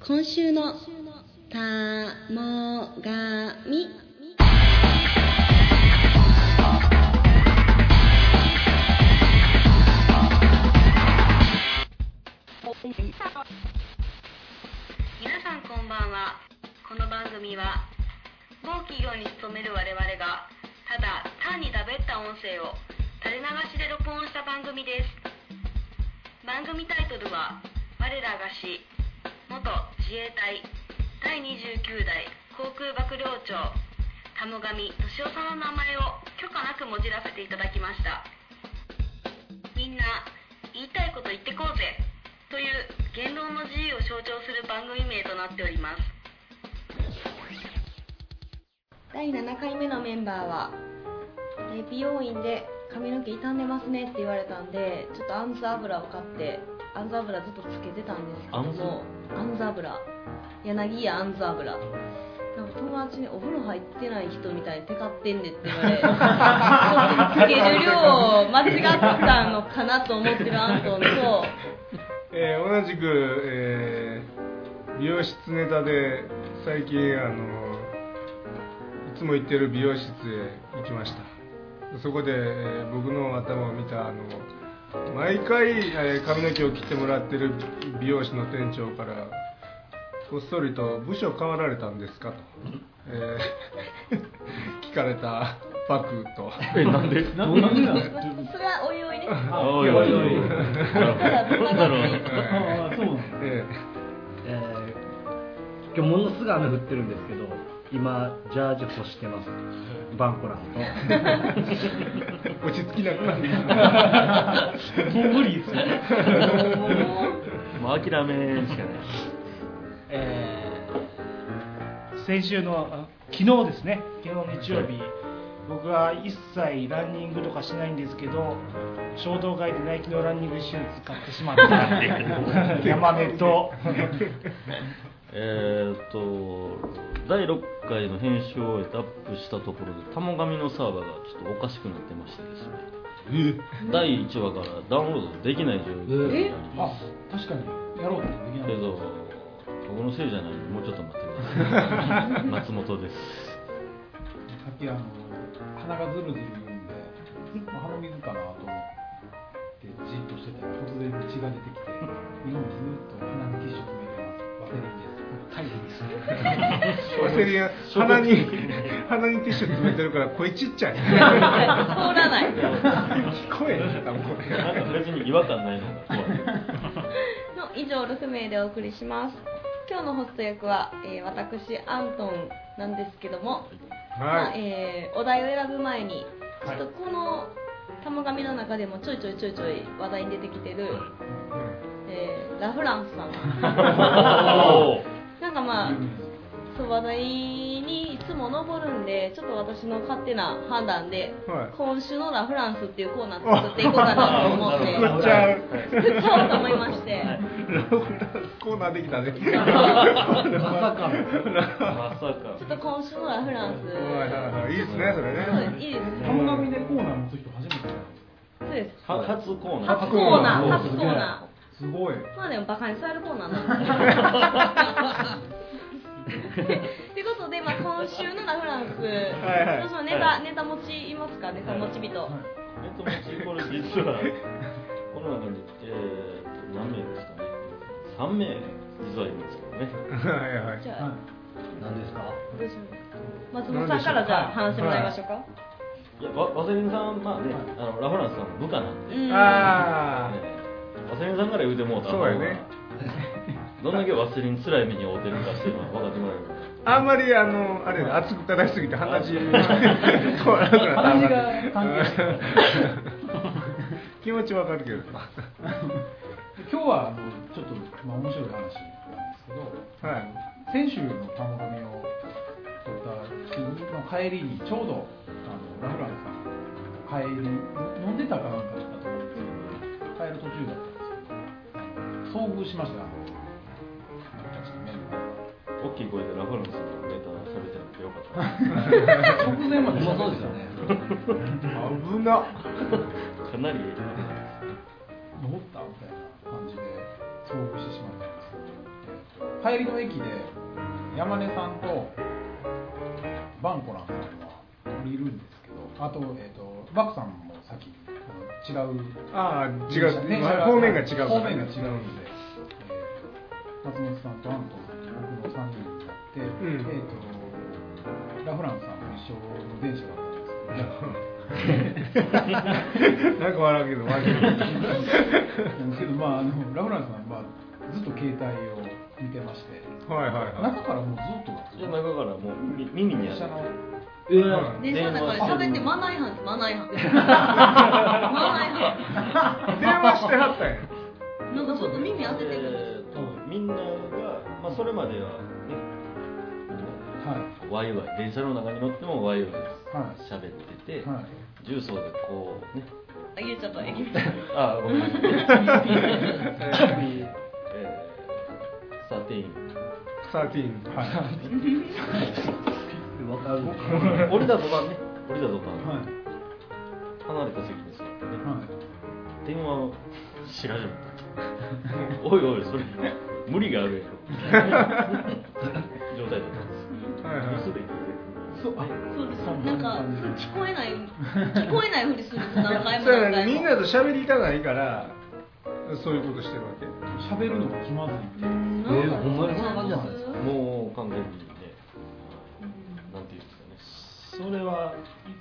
今週のたもがみ皆さんこんばんはこの番組は某企業に勤める我々がただ単にだべった音声を垂れ流しで録音した番組です番組タイトルは「我らがし元自衛隊第29代航空幕僚長田母神俊夫さんの名前を許可なくもじらせていただきましたみんな言いたいこと言ってこうぜという言論の自由を象徴する番組名となっております第7回目のメンバーはえー美容院で髪の毛傷んでますねって言われたんでちょっとアンズ油を買ってアンズ油ずっとつけてたんですけどもアンズ油柳家アンズ油なんか友達にお風呂入ってない人みたいにテカってんねって言わ れつける量を間違ったのかなと思ってるアントンとえー同じく、えー美容室ネタで最近あのいつも行ってる美容室へ行きましたそこで、えー僕の頭を見たあの毎回、えー髪の毛を切ってもらってる美容師の店長からこっそりと「部署変わられたんですか?」と、えー 聞かれたパクとえ、なんでなどういなんでなうんのでまあそれはおいおいですあおいおいおいおいおいだ僕はなる学ほ生どああそうなんだえ えー今日ものすごい雨降ってるんですけど今ジャージ干してますバンコランー落ち着きなくなってきた もう無理ですよもう諦めしかないえー先週のあ昨日ですね昨日日曜日、僕は一切ランニングとかしないんですけど衝動買いでナイキのランニングシューズ買ってしまった山根とえーっと第6回の編集を終えてアップしたところで玉紙のサーバーがちょっとおかしくなってましてですね第1話からダウンロードできない状況になり まあす確かにやろうとできなけいど僕のせいじゃないんでもうちょっと待ってく ださい松本ですさっきあの鼻がズルズル言うんで、もう鼻水かなと思ってじっとしてたら突然血が出てき て、今ずっと鼻のティッシュ詰めてます。ワセリンです。大変です。ワセリン鼻に鼻にティッシュ詰めてるから声ちっちゃい通らない聞こえへんかもなんか別に違和感ないのが怖の い以上6名でお送りします今日のホスト役は、えー私アントンなんですけども、まあはいえーお題を選ぶ前にちょはっいとこの玉紙の中でもちょいちょいちょいちょい話題に出てきてる、えーラ・フランスさんおーなんかまあそう話題にいつも上るんでちょっと私の勝手な判断で、はい今週の「ラ・フランス」っていうコーナー作っていこうかなと思って作っちゃう作っちゃおうと思いまして、コーナーできたねまさかの。まさかちょっと今週の「ラ・フランス」いいですねそれそうでねすいいですね 鼻紙でコーナー持つ人初めて。そうですは初コーナー初コーナー初初ココーナーナすごい。ーまあでもバカにされるコーナーなん ですということで、まあ、今週のラフランス、いはいどうしましょうネタ、はいネタ持ちいますかネタ持ち人、えっと、もちこれ実は、この中に、えー、と何名ですかね、3名、実はいるんですけどね、はいはいじゃあ、はい。何ですかどうしますか松本さんからじゃあ話してもらいましょうか、いやわワセリンさん、まあね、あのラ・フランスさんの部下なんで、うんあね、ワセリンさんから言うてもうたそうやねどんだけワセリン辛い目に遭うてるかっていうのは分かってもらえるあんまりあのあれ熱く語りすぎて鼻血そうなく鼻血なが 関係してるった気持ちわかるけど 今日はあのちょっとまあ面白い話なんですけど。はい先週の玉紙を取った日の帰りにちょうどあのラフランスさん帰り飲んでたかなんかだったと思うんですけど帰る途中だったんですけど遭遇しましたあの僕たちのメンバ大きい声でラ・フランスさんのネタ喋ってなくてよかったなーが直前までまあそうですよね危なかなり、登ったみたいな感じで遭遇してしまったんですけど帰りの駅で山根さんとバンコランさんが降りるんですけどあと,、えー、とバクさんも先あの違うああ違電車電う、車まあ方面が違うから方面が違うんで、えー松本さんと安藤さんと僕の3人になって、んえー、とラフランスさんと一緒の電車だったんですけど なんか笑うけど笑うけどなんですけど、まあ、あのラフランスさんは、まあ、ずっと携帯を見てましてはいはいはい中からもうずっとなんですじゃよあ中からもう耳耳に電車あのるえはい電車の中で喋ってマナー違反ですマナー違反 マナー違反電話してはったんやなんかちょっと耳当ててくるえーとみんなが、まあ、それまではねはいみんなでワイワイ電車の中に乗ってもワイワイはい喋ってて、はい重曹でこうねあ言えちゃった駅伝あごめんなさい、 13えー、サテインわかる降りた途端ね降りた途端、はい離れた席に座ってねはい電話をし始めたおいおいそれ無理があるやろ状態だったんですはいはいすでにそうあそうですなんか聞こえない聞こえないふりするんです何回もそうや何な回もみんなと喋りたないからそういうことしてるわけ喋るのが気まずいみたいなうんえーほんまにそんな感じだったんですもう完全にねなんていうんですかねそれは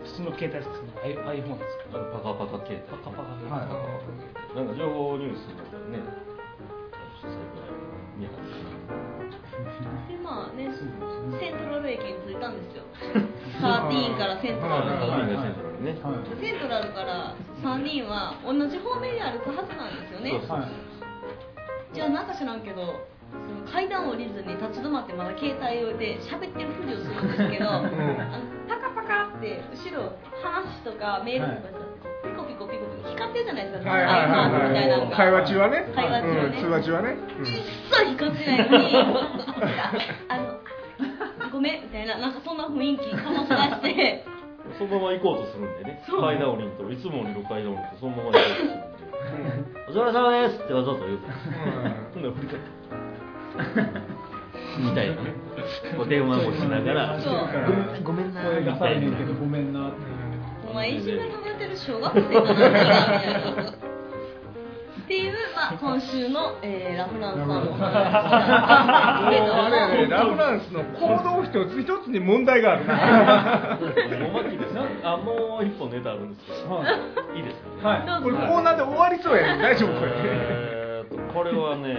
普通の携帯ですかアイ iPhone ですあのパカパカ携帯かパカパカ携はいなん帯か情報ニュースとかねそれぐらい見張でまあねセントラル駅に着いたんですよサーティーンからセントラルなまんかでみんなセントラルね、はいセントラルから3人は同じ方面に歩くはずなんですよねそうそうはいじゃあなんか知らんけどその階段を降りずに立ち止まってまだ携帯を置いて喋ってるふりをするんですけど、あのパカパカって後ろ話とかメールとかピコピコピコピコ光ってるじゃないですか、はいは iPhone いはいはいみたいなのが会話中はね会話中はねうん、通話中はね、うん一切光ってないのにあのごめんみたいななんかそんな雰囲気かもしらし てそのまま行こうとするんでねそう階段降りんといつも降りる階段降りとそのまま行こうとするんで「お疲れ様です」ってわざと言うからほんで振り返ってみたいなねこう電話もしながらそうごめんな声出されへんけどごめんなってお前いじめられてる小学生かなみたいな。っていう、まあ、今週 の、えーラフランさんのお話でしあれたやねラフランスの行動一つ一つに問題があるなおまきですねあもう一本ネタあるんですけどいいですかねはいどうこれぞコーナーで終わりそうやね大丈夫これえーっとこれはね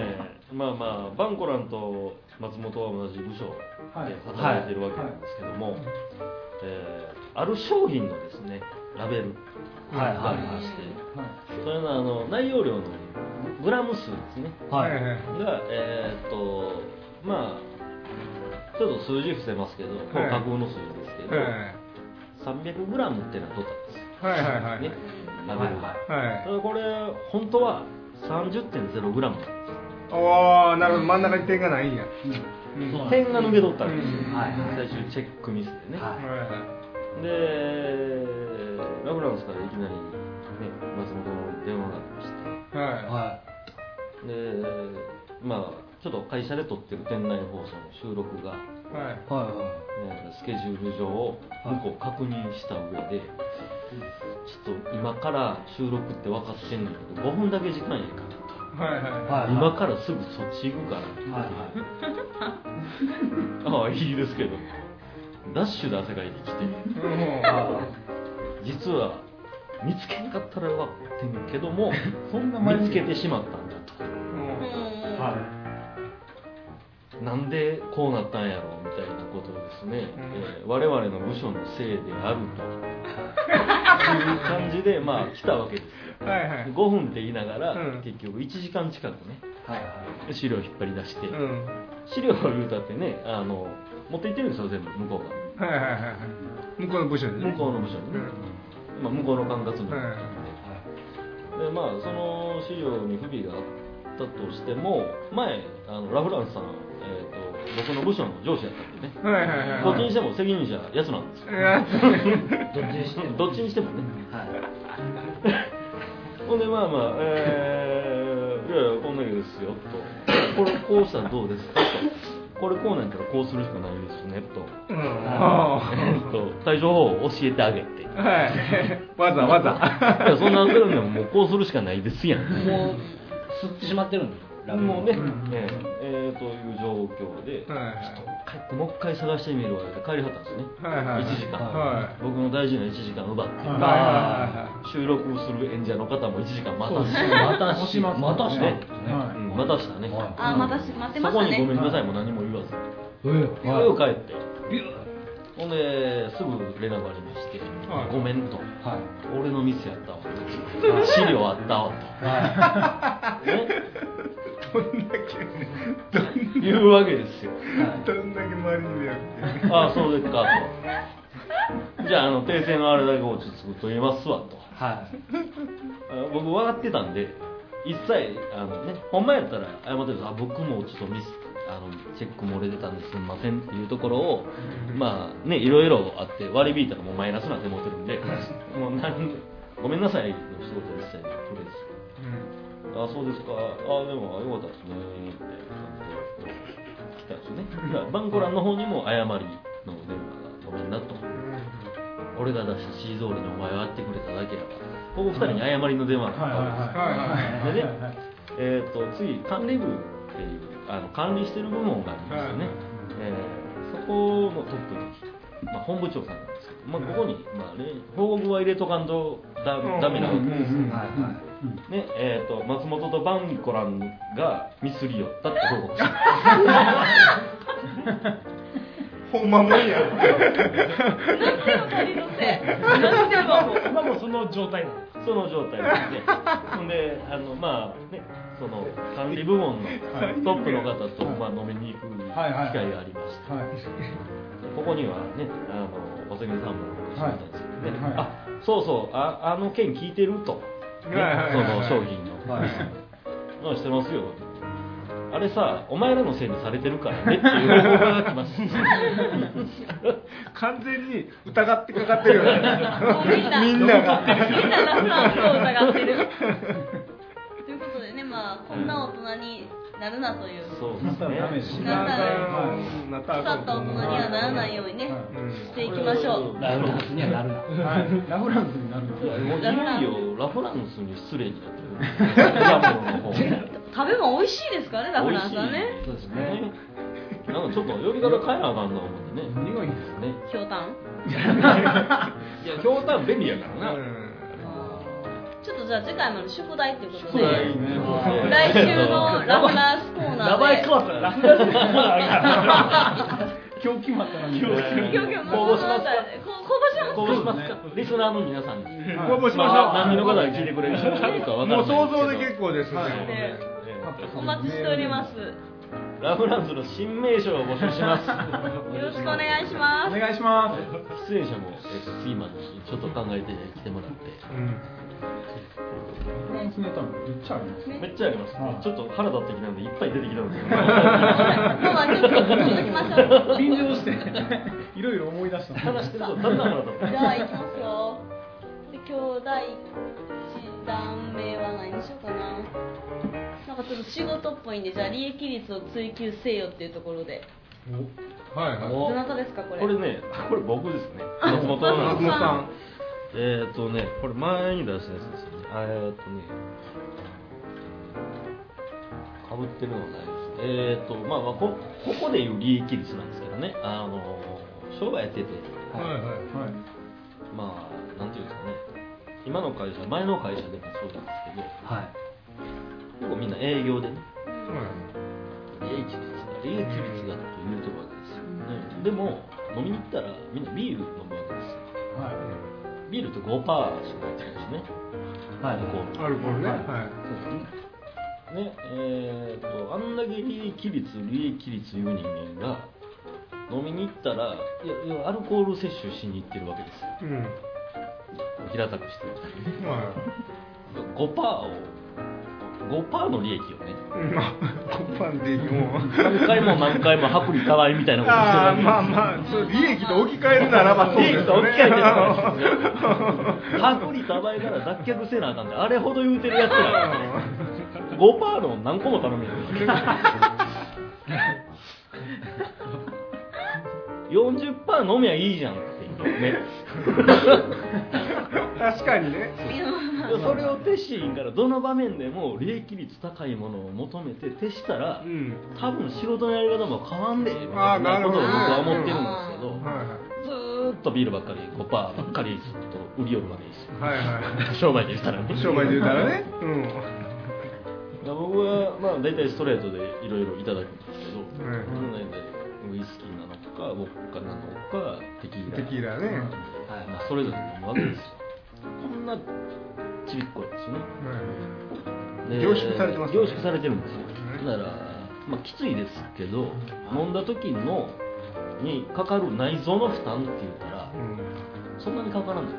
まあまあバンコランと松本は同じ部署で働いてるわけなんですけども、えーある商品のですねラベルはいがあはりいはまいして、はいそれのあの内容量のグラム数ですねはいはいはいがえーっとまあちょっと数字伏せますけど、これ架空の数字ですけど、300グラムってのは取ったんですよはいはいはいね、ラベルが、はいただこれ本当は30.0グラムああなるほど真ん中に点がないんや、うんそうなんです点が抜け取ったんですよ、はい最終チェックミスでね、ははでラフランスからいきなり、ね、松本の電話がありましていははでまあちょっと会社で撮ってる店内放送の収録が、いはいいはいはいねスケジュール上を向こう確認した上で、ちょっと今から収録って分かってんねんけど5分だけ時間やからはいはいはいはい今からすぐそっち行くからはいはいああいいですけどダッシュで汗かいてきてうん実は見つけなかったらよかったんやけどもそんな前見つけてしまったんうだんうんとなんでこうなったんやろうみたいなことをですね、うんえー我々の部署のせいであるという感じでまあ来たわけですよはいはい5分って言いながら、うん結局1時間近くねはい資料引っ張り出して、うん資料を言うたってねあの持って行ってるんですよ全部向こうが。はいはいはいはい向こうの部署にね向こうの部署にね、まあ、向こうの管轄部はいでまあその資料に不備があったとしても前あのラフランスさん、えー、と僕の部署の上司やったんでねはいはいはいどっちにしても責任者やつなんですよどっちにしてもどっちにしてもねはい ほんでまあまあえーいやいやこんなけですよとこれこうしたらどうですかとこれこうなんやったらこうするしかないですね とうんえっと対処法を教えてあげていはい。わざわざ。やそんなするんでももうこうするしかないですやんもう吸ってしまってるんですラベルをもうね、えええーという状況で、はいちょっと帰ってもう一回探してみるわって帰りはったんですね、はいはい。 1時間、はい。僕の大事な1時間奪って、はいまは収録する演者の方も1時間待たして、また押ししますまたしたねんですはねいうん待たしたね、はいあーまたし待ってまそしたこにねごめんなさいも何も言わず、えビはュいー帰って、ほんですぐレナバリにして、はいごめんと、は俺のミスやったわ、資料あったわいはいと、ね、い。どんだけ、いうわけですよ。どんだけ周りに迷惑かけてああそうですかとじゃああの訂正のあれだけをちょっと作っと言いますわとはあ僕分かってたんで一切あのねほんまやったら謝ってるんですあ僕もちょっとミスあのチェック漏れてたんですんませんっていうところをまあねいろいろあって割り引いたらもうマイナスなんて持ってるんでもうなんごめんなさいの仕事一切これですうんあそうですかあでもよかったですねって感じで来たんですよねだからバンコランの方にも謝りの電話がごめんなと俺が出したシーゾールにお前は会ってくれただけやからここ二人に謝りの電話があったんですよはいでね、えー、と次管理部っていうあの管理してる部門がありますはいよね、えーそこのトップの人、まあ、本部長さんなんですけど、まあ、ここに、まあね、報告は入れとかんとだうんダメなわけうんです、いはいはいねえー、と松本とバンコランがミスりよったって報 告したほんまもんや。何でも足りのせ何でももう今もうその状態なのその状態ですねほんであのまあねその管理部門のトップの方と、まあ、飲みに行く機はいはい会がありましてここにはね、あのおせみさんもお越しだったんですけどね、はいはいあそうそうあ、あの件聞いてると、ねはいはいはいはいその商品の、はいのしてますよ、あれさ、お前らのせいにされてるからねっていう報告が来ま した、完全に疑ってかかってるよね。みみんんななが。みんなラフランを疑ってるということでねまあこんな大人になるなという腐そうでなったらダメですすね。なったなったった大人にはならないようにねしていきましょうラウダンスにはなるなはいラフランスになるのでもういよいよラフランスに失礼になって る。果物の方食べ物美味しいですからねラフ美ラ味ンスしいはねそうですね。なんかちょっと呼び方変えなあかんな思ってね。何がいいですかね。ひょうたんいや、ひょうたん便利やからな。ちょっとじゃあ次回まで宿題っていうことそうでですね来週のラフランスコーナ名前変ーわったらラフランスコーナーが今日決まったら今で今日今日もう応募しますかこう応募しますこうしますか、リスナーの皆さんに、応募しましまょあ、何人の方が聞いてくれる人がいるかう。分かもらうな想い像でです結構です。はいねお待ちしておりますよけどラフランスの新名称を募集しますろしくお願いしまおす願いします出演者も、えっと、次までにちょっと考えて来てもらっうんフランスネタめっちゃありますてめっちゃあります、はいちょっと腹立ってきたのでいっぱい出てきたのでもうまあちょっと続きましょう便乗していろいろ思い出した話してるとだんだん腹立ってじゃあ行きますよ。で今日第一弾目は何にしようかな。なんかちょっと仕事っぽいんでじゃあ利益率を追求せよっていうところで。はいはい。どなたですかこれ。これねこれ僕ですね松本なん松です本さん。えーっとねこれ前に出したやつですよねあえーっとねかぶってるのはないですえーっとまあまあこここでいう利益率なんですけどねあの商売やっててはいはい。はいまあなんていうんですかね今の会社前の会社でもそうなんですけどはい結構みんな営業でねは利益率だ利益率だって言うてるわけですよ、ね、でも飲みに行ったらみんなビール飲むわけですよはいビールって5%しか入ってないですねはいアルコールい。アルコールね。はい。ねえー、とあんだけ利益率利益率いう人間が飲みに行ったらいやいやアルコール摂取しに行ってるわけですようん。平たくしてるま5%を5%の利益をねあ、まあ、コパンでもう。何回も何回も薄利多売みたいなことしてるああわけですよまあまあ、そう利益と置き換えるならばそうです利よ益ね。と置き換えてたから薄利多売から脱却せなあかんってあれほど言うてるやつら5%の何個も頼みに行く40%飲みゃいいじゃんって言うね 確かにねそれをテシーンからどの場面でも利益率高いものを求めて徹したら、うん多分仕事のやり方も変わんねえみたあーいななるこほとをど僕は思ってるんですけど、はいはいずーっとビールばっかり5%ばっかりずっと売り寄るわけですよはいは商売で言ったらねい商売で言うたらねうん僕はまあ大体ストレートでいろいろいただくんですけど、はい大体ウイスキーなのかウォッカなのかテキーラテキーラねはいまあ、それぞれ飲むわけですよこんなちびっこいですよねで凝縮されてますね凝縮されてるんですようんだから、まあ、きついですけど飲んだ時のにかかる内臓の負担って言ったらそんなにかからない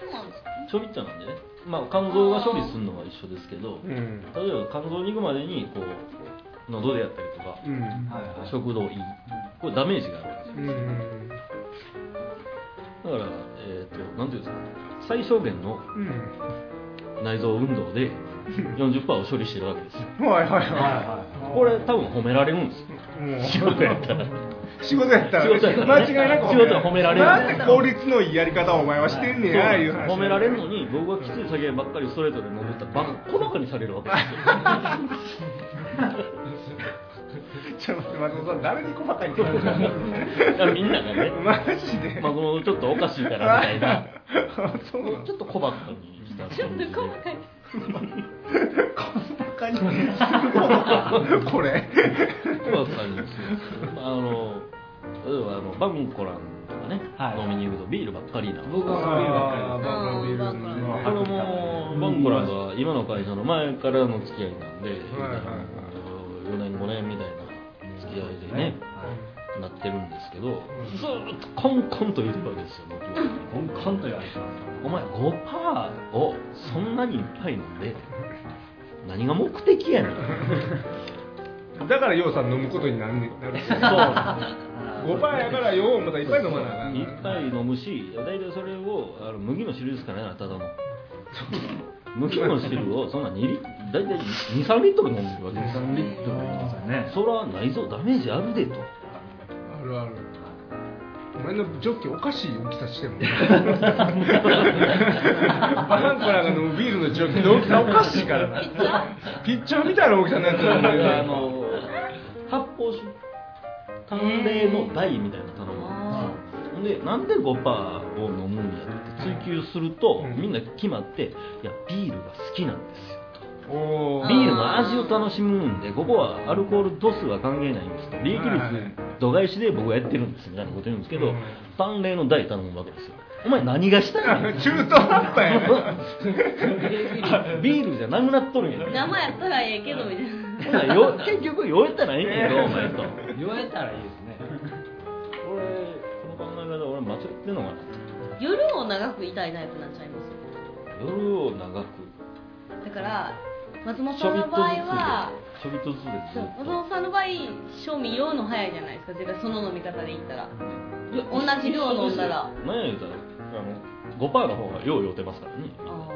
そうなんですちょびっちゃなんでね、まあ、肝臓が処理するのは一緒ですけどうんうん例えば肝臓に行くまでにこう喉でやったりとかうん食道胃これダメージがあるわけですようんだから、えー、となんていうんですか最小限のうん内臓運動で40%を処理してるわけですよはいはいはこれ多分褒められるんですよいもう仕事や ったら仕事やったらね仕事やった間らね違いなく仕事は褒められるなんで効率のいいやり方をお前はしてんねやいう話褒められるのに僕はきつい酒ばっかりストレートで飲んでたらバカ小バカにされるわけですよちょっと待って松本さん誰に細かい って言うんだだからみんながねマジでまあ、このちょっとおかしいからみたいなあ そうなのちょっと小バカにしたち感じでょっと細かいこれ小バカにですよあの例えばあのバンコランとかね、はい飲みに行くとビールばっかりな僕はあーバカビールバカビールこれもバンコランが今の会社の前からの付き合いなんで、はいはいはい4年5年みたいな付き合いでね、なってるんですけど、ずーっとコンコンと言ってるわけですよ僕は コンコンと言われてますお前5%をそんなにいっぱい飲 んで何が目的やねんだからようさん飲むことになんねなるそう5パーやからようまたいっぱい飲まなあかんいっぱい飲むし大体それをあの麦の汁ですからねただの麦の汁をそんな2リ大体23リットル飲んでるわけですよ3リットルありますよねそれは内臓ダメージあるでとあるあるお前のジョッキおかしい大きさ してもバンコラが飲むビールのジョッキの大きさおかしいからなピッチャーみたいな大きさのやつだだからあねの発泡酒淡麗の台みたいなの頼むあほんでなんで5パーを飲むんやって追求すると、うんみんな決まっていやビールが好きなんですよおとービールの味を楽しむんでここはアルコール度数は関係ないんですと利益はいはい率度外視で僕はやってるんですみたいなこと言うんですけど、うん淡麗の台頼むわけですよお前何がしたいね ん中途半端やなビールじゃなくなっとるんやー生やったらええけどみたいなほな よ結局酔えたらいいんやけどお前と言われたらいいですね俺この考え方俺間違ってんのかな夜を長くいたいタイプになっちゃいますと夜を長くだから松本ちさょんびっのとず場合はつでちょびっとずつでずそうっと松本さんの場合賞味酔うの早いじゃないですか絶対その飲み方でいったら同じ量飲んだら何や言うたらあの5%の方が量酔ってますからねあ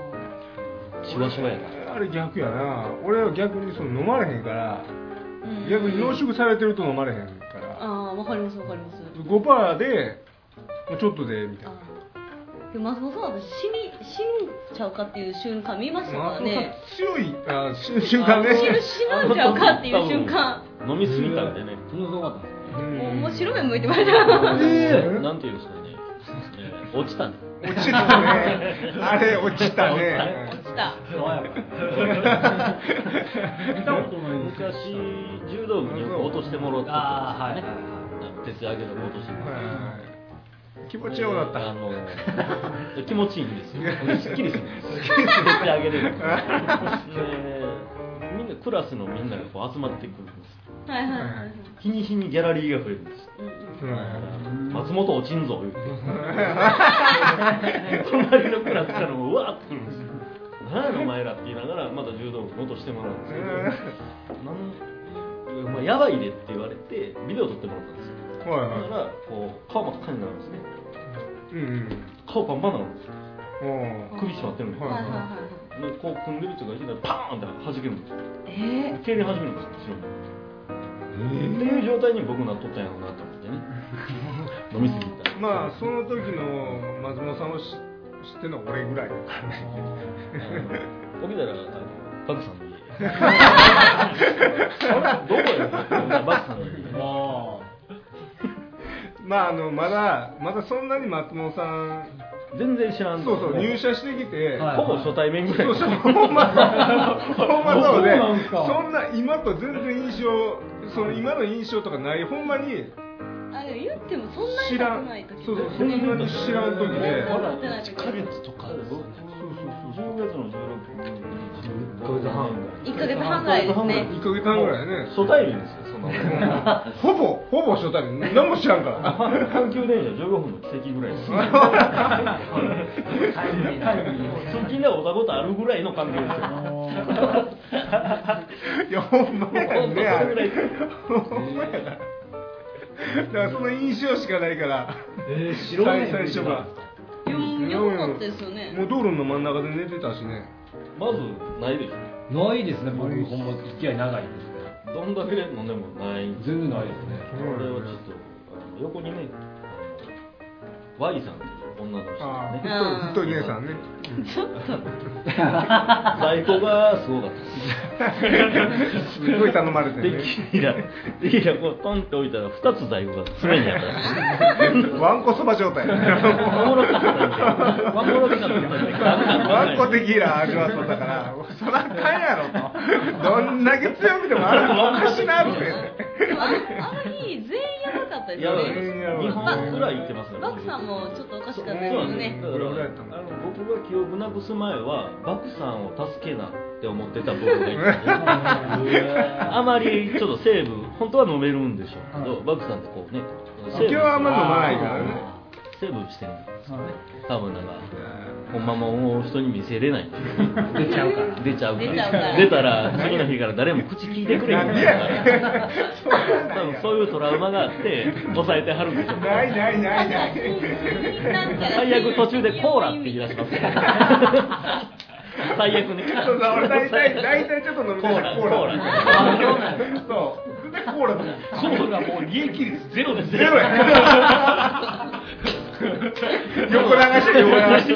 シワシワやからあれ逆やな俺は逆にその飲まれへんからーうん逆に濃縮されてると飲まれへんからああわかりますわかります5パーでまあちょっとでみたいあなーでも松本さんは私死に死んじゃうかっていう瞬間見ましたからね松本さん強いあし 瞬間ね死ぬ死なんちゃうかっていう瞬間多分飲みすぎたんでねそんなすごかったんですねうんもう面白い向いてましたなんていうんですかねえー落ちたね落ちたねあれ落ちたね落ちた爽やか見たことないですけど昔柔道部によく落としてもろってああはいはいね徹夜明けとか落としてもらってはい気持ちよくなったあの 気持ちいいんで すよすっきりするんですよ徹夜明けででみんなクラスのみんながこう集まってくるんですはいはいはいはい日に日にギャラリーが増えるんですうんうん松本落ちんぞ 言うて隣のクラスからもうわーってくるんですよ何やお前らって言いながらまた柔道部元してもらうんですけどなんお前やばいでって言われてビデオ撮ってもらったんですようんはいだかはらこう顔真っ赤になるんですねいうん顔パンパンになるんですようんお首絞まってるんではいはいはいはいでこう組んでる人がいきなりパーンって弾けるんですよえ蹴り始めるんですよ後ろにっていう状態に僕なっとったんやろうなと思ってで ね飲みすぎたまあその時の松本さんを知知ってるのは俺ぐらいだからね起きたら、あの、バクさんの家。 あれどこやバクさんの家。まああのまだまだそんなに松本さん全然知らん。そうそう入社してきて、はいほぼ初対面ぐらい。そうそうほんまそうほんまそうでそうなんすかそんな今と全然印象その今の印象とかないほんまにあでも言ってもそんなに知ら高くんない時そうそうそんなに知らん時までだ1ヶ月とかそうそうそう。10月の16日。ヶ月半1ヶ月半ぐらいですね1ヶ月半ぐらいね初対面ですよ、そんなもん。ほぼほぼ初対面何も知らん から阪急電車15分の奇跡ぐらいです。 タイムリーなタイムリーな直近で会ったことあるぐらいの関係ですよ。いやほんまやねあれほんまやなだからその印象しかないからえ最最初が4四だったですよねもう道路の真ん中で寝てたしねまず、ないでしょ。ないですね僕ほんま付き合い長いですねどんだけ飲んでもないんです全然ないですねこれはちょっと、あの横にね、あの Y さんという女の人があね、あ太い太い姉さんね在庫がすごかったです。すごい頼まれてでねキーラ、でキーラこうトンって置いたら2つ在庫が常にあったん ですわんこそば状態おもろかったん で、おもろかったんで、わんこテキーラ味わっとった からそらあかんやろとどんだけ強くてもあれおかしなってでもああの日全員やばかったですやよばいね2本ぐらい行ってますね。バクさんもちょっとおかしかったですそうよなんですねだからあの僕が記憶なくす前はバクさんを助けなって思ってた僕がいたんですよあまりちょっとセーブ本当は飲めるんでしょうけど、バクさんってこうね今日はあんま飲まないからねセーブしてるんですよね多分なんかほんまもう人に見せれないっていう出ちゃうから出ちゃうか出ちゃうからら出たら次の日から誰も口聞いてくれへん から多分そういうトラウマがあって抑えてはるんでしょうねないないないななんいか最悪途中でコーラって言い出し ます最悪ねそうそう、俺大体、大体ちょっと飲みコたーいラなココーーララ。そう、絶対コーラだもん。コーラもう利益率ゼロですゼロや。横流して横流して。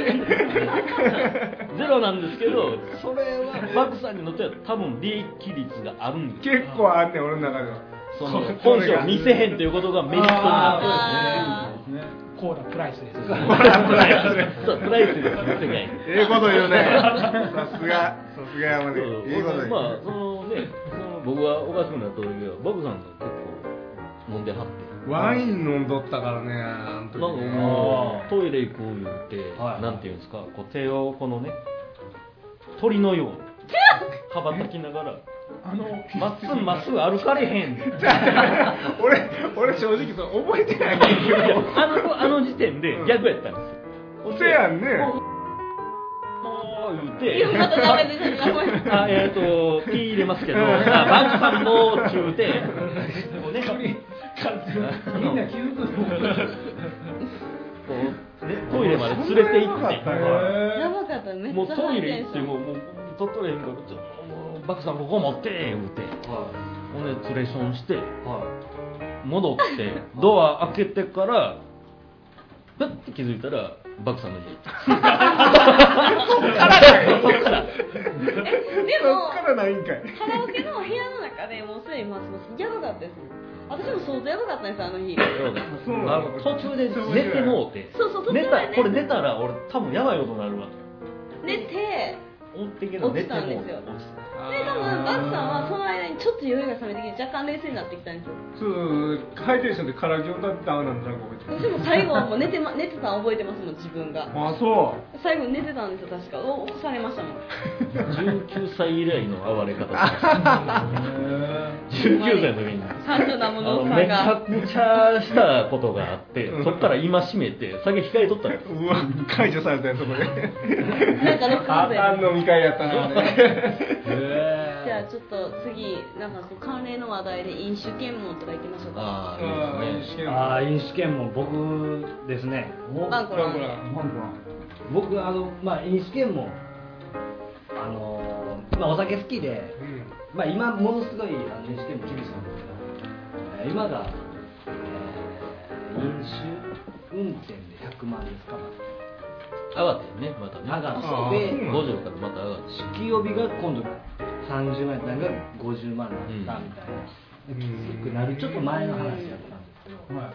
ゼロなんですけどそれはバクさんに乗っては多分利益率があるんです結構あんねん、俺の中では。その本性を見せへんということがメリットになあーコーラプライスっですてるそうプライスですよ世界ええこと言うね。さすが、さすが山そう根。ええこと言まあう。そのねその僕はおかしくなった時はバクさんが結構飲んではってワイン飲んどったからね、あの時なんかね。もうトイレ行こう言って、はいなんていうんですかこう手をこのね鳥のように羽ばたきなが らあのまっすぐまっすぐ歩かれへん俺、俺正直そう、覚えてないいやあのあの時点で逆やったんですよ、せやんね。もう言ういやまてたダメですねごめんなさいあえっ、とピー入れますけどあバンクさんのって言うてこうねみんな気づくこうねトイレまで連れて行っそんなにうまかったてん。やばかっためっちもゃうトイレい行ってもうもう取っとれへんからちょもうバクさんここ持って言うてほんで連れションして戻ってドア開けてからパッて気づいたらバクさんの家 えでもそっそっからからないんかい。カラオケの部屋の中でもうすでに松本さんやばかったです私も相当やばかったですあの日そうあの途中で寝てもうてそうそう途中寝でたねこれ寝たら俺多分やばいことになるわ寝て音的な寝ても落ちたうんですよ落ちたで多分バクさんはその間にちょっと酔いが覚めてきて若干冷静になってきたんですよそう、ハイテンションでカラオケ歌ってたなんだな覚えてる。私も最後はもう寝て,、ま、寝てたの覚えてますもん自分があ、そう。最後寝てたんですよ確かお起こされましたもん19歳以来の哀れ方19歳 の時に三女なもあのおのっさめんがちゃくちゃしたことがあって、そっから今しめて、酒控えとったんですよ。うわ解除されたよそこでなんか録あ音でかん飲み会やったなあれじゃあちょっと次なんかこう関連の話題で飲酒検問とか行きましょうかああーいい試験ああ飲酒券も僕ですねバンコほラら僕あのまあ飲酒券もあのーまあお酒好きで、うんまあ今ものすごいあの飲酒券も厳しいんですけど、えー今が、え飲酒運転で100万ですかまず上がったよねまたね上があっあそうてな五条からまた上がった酒気帯びが今度30万やったのが50万になったみたいな、うんできつくなるちょっと前の話やったんですけど、はい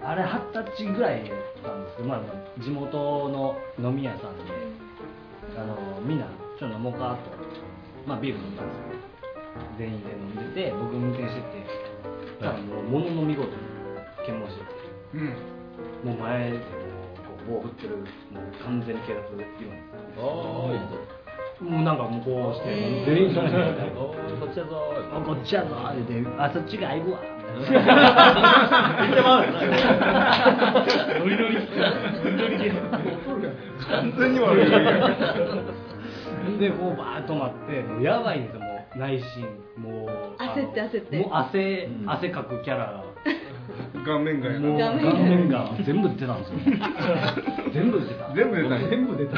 あれ二十歳ぐらいだったんですけど、まあ、地元の飲み屋さんで、あのみんなちょっと飲もうかと、まあ、ビール飲んだんですけど全員で飲んでて僕運転しててそしたらもう物の見事に検問してて。うんもう前でもうこう棒振ってるもう完全に警察いるおーいもうなんか向こうしてえー全員それでおーいこっちやぞーいあこっちやぞ言うてあそっちが合うわ みたいな言ってまうよなノリノリノリノリ完全に悪いでこうバーッと待ってもうやばいんですよもう内心もうあの焦って焦ってもう汗、うん汗かくキャラ顔面外がなもうダメ顔面が全部出てたん ですよ全部出てた全部出た全部出た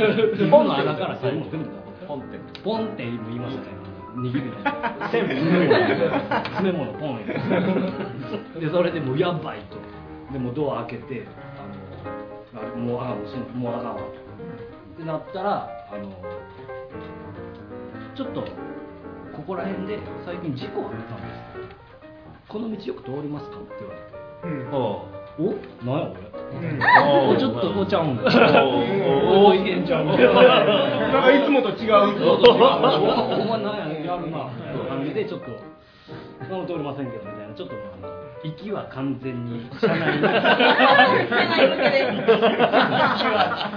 ズボンの穴から全部出てたポンってポンって今言いましたね握るね全部詰め物ポンってでそれでもうやばいとでもうドア開けてあのあもうあかんもう死ぬもうあかんわってなったらあのちょっとここら辺で最近事故があったんですこの道よく通りますかって言われうてんおーおなんやうん俺おおーちょっとおちゃうんだおーおいけんちゃうんだなんかいつもと違うお前なんややるなみたいな感じでちょっと「その通りませんけど」みたいなちょっとあの息は完全に車内に息ないわけは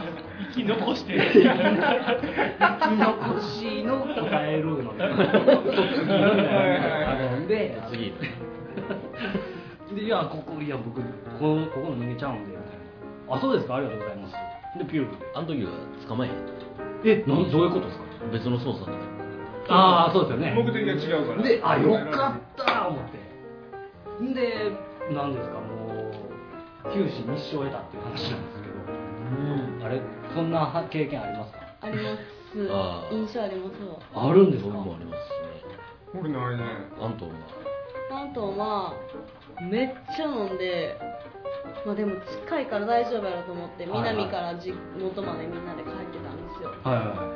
生き残してる息残しの答えるのであのであの次でいやここいや僕このここの逃げちゃうんでみたいな「あそうですかありがとうございます」でピュールであの時は捕まえへ「んえなんどういうことですか?」別の捜査だああそうですよね目的が違うからであよかった思ってで何ですかもう九死に一生を得たっていう話なんですけど、あれそんな経験ありますかありまあーす印象ありますわあるんですそかういうのもありますしね俺ないねアントンはあとはめっちゃ飲んでまあでも近いから大丈夫やろと思ってはいはい南から地元までみんなで帰ってたんですよはいは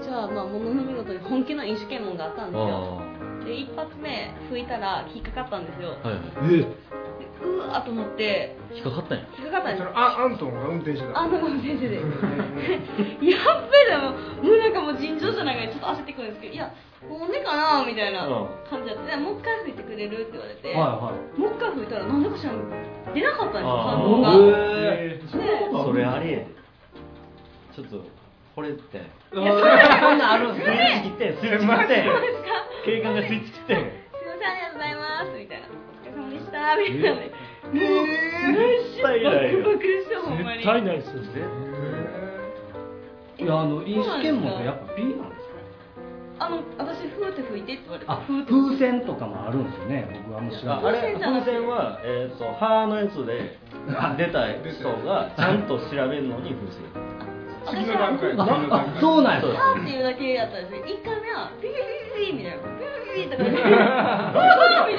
じゃあまあものの見事に本気の飲酒検問があったんですよあで一発目吹いたら引っかかったんですよあはいははいえでうわーと思ってい引っかかったんや引っかかったんでそすのあアントンが運転してたあの先生で やっべでももうなんかもう尋常じゃないからちょっと焦ってくるんですけどいやもうねかなみたいな感じだったでもう一回吹いてくれるって言われて、はいはいもう一回吹いたらなんでか知らん出なかったんですよあー反応がうねえそれあれやでちょっとこれってー、そ んなんあるんすね切ってスイッチ切って警官がスイッチ切ってすいませんありがとうございますみたいなお疲れ様でしたみたいなもう絶対ないバクよバクでしたほんまに絶対ないですよいやあの飲酒検問ってやっぱ P なんですかあの私ふーって吹いてって言われてあふーって風船とかもあるんですよね僕はもう知らああないれ風船は、えー、と歯のやつで出た人がちゃんと調べるのに風船次の段階次の段ああ階そうなんそやうですパーっていうだけやったんですよ1回目はピピピピピみたいなピピピピとか言っ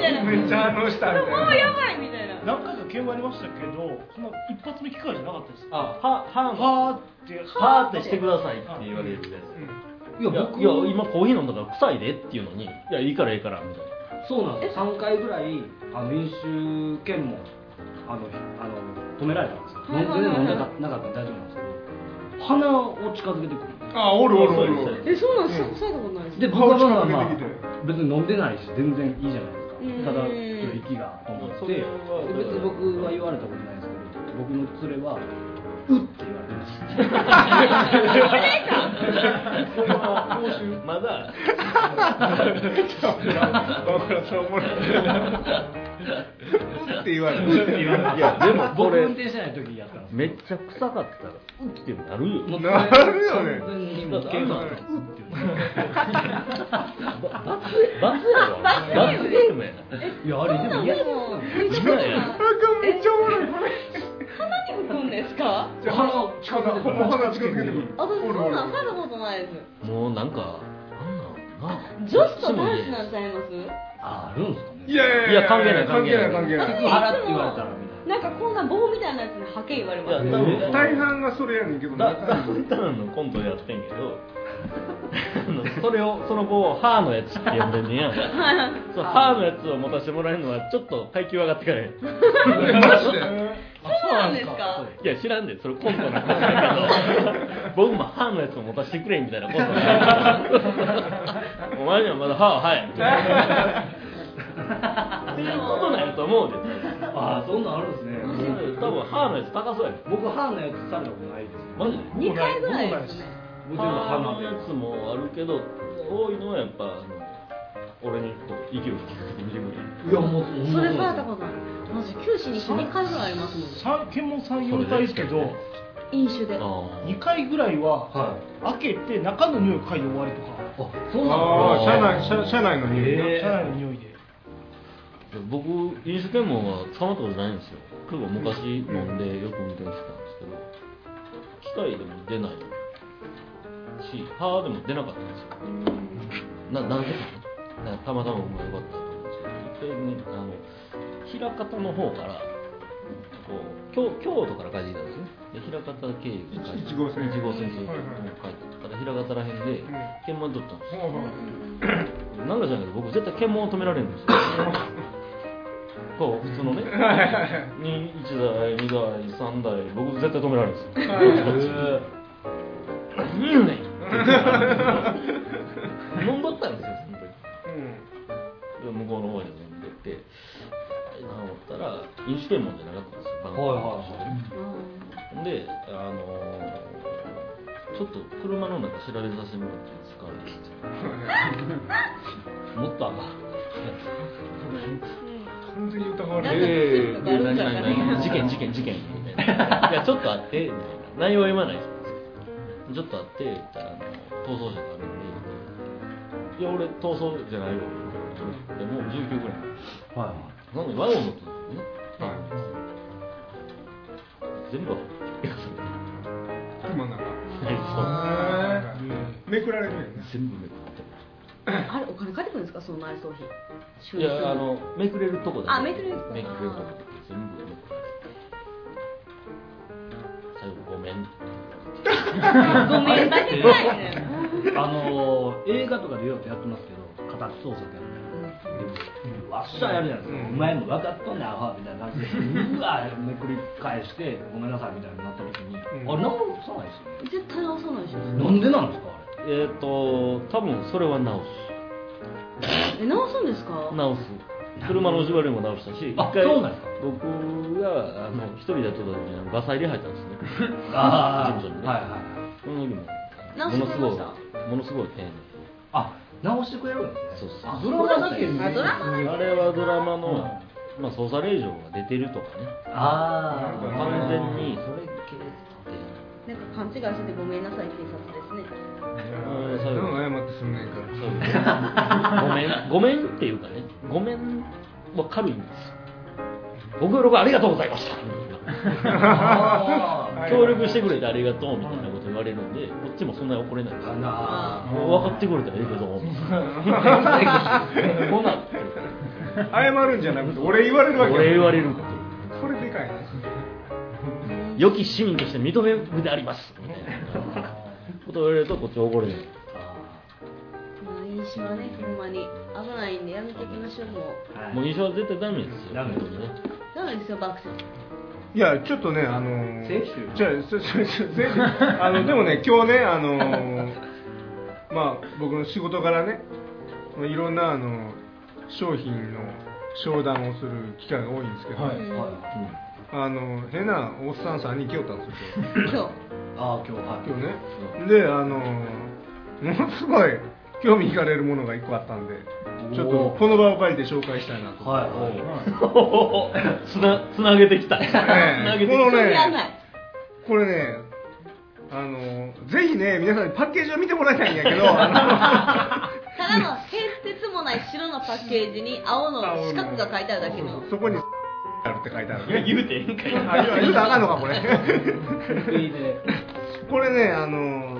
てみたいなめっちゃ反応したみたもいうやなばいみたいな何回か検問ありましたけどその一発目機会じゃなかったですあ歯歯のはーって歯ってしてくださいって言われるやついいやや僕いや今コーヒー飲んだから臭いでっていうのにいやいいからいいからみたいなそうなんですよ3回ぐらいあの飲酒券もあのあの止められたんですよはいはいはい全然飲んでなかなかったんで大丈夫なんですけど鼻を近づけてくるんですあおるおるおるおるえそうなんですかそういうことないですでね僕はまだ顔近まづけてきあ別に飲んでないし全然いいじゃないですかうんただちょっと息がと思ってそでれは別に僕は言われたことないですけど僕の連れは「うっ」って言われてました まだバカラさんおもろいって言われるいやでもこ僕運れ転してない時やったんですめっちゃ臭かったらうってなる よもうなるよね完全にもう剣が「うっ」って言われて罰やろ罰ゲームやいやあれでも嫌でですよも吹いたことないバカめっちゃおもろい鼻に吹くんですか鼻を近づけてくる鼻近づけてくる私そんなんされたことないですもうなんかあんなんな女子と男子なんちゃいますああるんですかねいやいやいや関係ない関係ない関関係ない係ない払って言われたらみたいなんかこんな棒みたいなやつにハケ言われまやす多分大半がそれやねんけどダなダウンタウンのコントやってんけどあのそれをその後を「ハーのやつ」って呼んでんねやそうハーのやつを持たせてもらえるのはちょっと階級上がってからやマジでなそうなんですかいや知らんでそれコントなんだ けど僕も歯のやつを持たせてくれみた いなコントなんだお前にはまだ歯は早いみたいなっていうことなんやと思うでああそんなんあるんですね多分歯のやつ高そうやで僕歯のやつ食べたことないですマジで2回ぐらいですね僕の歯歯ののややつもあるけど多いのはやっぱあの俺にこう息を吹きかけてみてくれついやもうほんそまれされたことないマジ九死に一2回ぐらいありますもんさ検問34回ですけそれどで飲酒であ2回ぐらいははい開けて中の匂い嗅いで終わりとかあそうああな車ん内車車内の匂いな、えー車内の匂いで僕飲酒検問は捕まったことないんですよ結構昔飲んでよく運転してたんですけど機械でも出ないし歯でも出なかったんですよななんでかねなんかたまたま僕も良かったと思うんですけど一回ねあの枚方の方からこう京京都から帰ってきたんですねで枚方経由で帰って一一号線1号線ずっとはいはい帰ってきたら枚方らへんでん検問取ったんですよほうほうなんかじゃないけど僕絶対検問を止められ るんですよこう普通のねに1台2台3台僕絶対止められるんですよ何言うねんって飲んどったんですよその時うんで向こうの方に飲んでてはいな思ったら飲酒検問じゃなかったんですよ番号はいはいはいであのーちょっと車の中調べさせてもらっていいですかって言ってもっとあかん。完全に疑わなんかれスてるープがあるんじゃないか事件事件事件みたいな。いやちょっとあってみたいな。内容は読まないです。ちょっとあって言ったらあの逃走者があるんで。いや俺逃走じゃないよ。でもう19ぐらい。はなのにワゴン乗ってたんですよね。は全部は。い車の中そうへーめくられるよね全部めくっあれお金返ってくるんですかその内装費てる。いやあのめくれるとこだけ。あめくれるとこめくれるとこだけ全部めくられて。最後ごめん。ごめんだけ返いねいあのー映画とかでよくやってますけど家宅捜索やったりわっしゃやるじゃないですか、うんお前も分かっとんねんアホみたいな感じでうわめくり返してごめんなさいみたいになった時に、んあれ何もさないですよ絶ね対直さないでしょなんでなんですかあれえっ、ー、と多分それは直す。え直すんですか直す車のお縛りも直したしあそうなんですか僕があの一人でやってた時にあのガサ入れ入ったんですね あ事務所にね、はいはいはいそ直の時ももしてくれのすまごしたいものすごい丁寧あ直してくれるんですねそうそうあドラマだけねあドラマあれはドラマの、まあ、捜査令状が出てるとか ねあー完全にそれなんか勘違いしててごめんなさい警察ですねんそんなの謝ってすんねんからそういうごめんごめんっていうかねごめんは軽いんですよご協力ありがとうございましたみたいな あーはい協力してくれてありがとうみたいなこと言われるんでこっちもそんなに怒れないんですよあな分かってくれたらええけど、ほなって、謝るんじゃなくて俺言われるわけ 俺言われるっこれでかいねて、良き市民として認めるでありますみたいなことを言われると、こっちは怒れない。まあ飲酒はねほんまに危ないんでやめていきましょうもうはいもう印象は絶対ダメですよ、ダメ本当にね。ダメですよバックさんいやちょっとねあのー先週じゃあそ そそ先週あのでもね今日ねあのーまあ僕の仕事からねまあいろんなあの商品の商談をする機会が多いんですけど、はいはいあの変なおっさん3人来よったんですよ今日あー今日は今日ね、であのものすごい興味惹かれるものが1個あったんでちょっとこの場を借りて紹介したいなと、はいはいつな、つなげてき た。つなげてきこのた。いらねないこれねあのぜひね皆さんにパッケージを見てもらいたいんや けどあただの変哲もない白のパッケージに青の四角が書いてあるだけののそこにあるって書いてあるね言うてええんかい。あ 言わ言うたらあかんのかこれいいね これねあの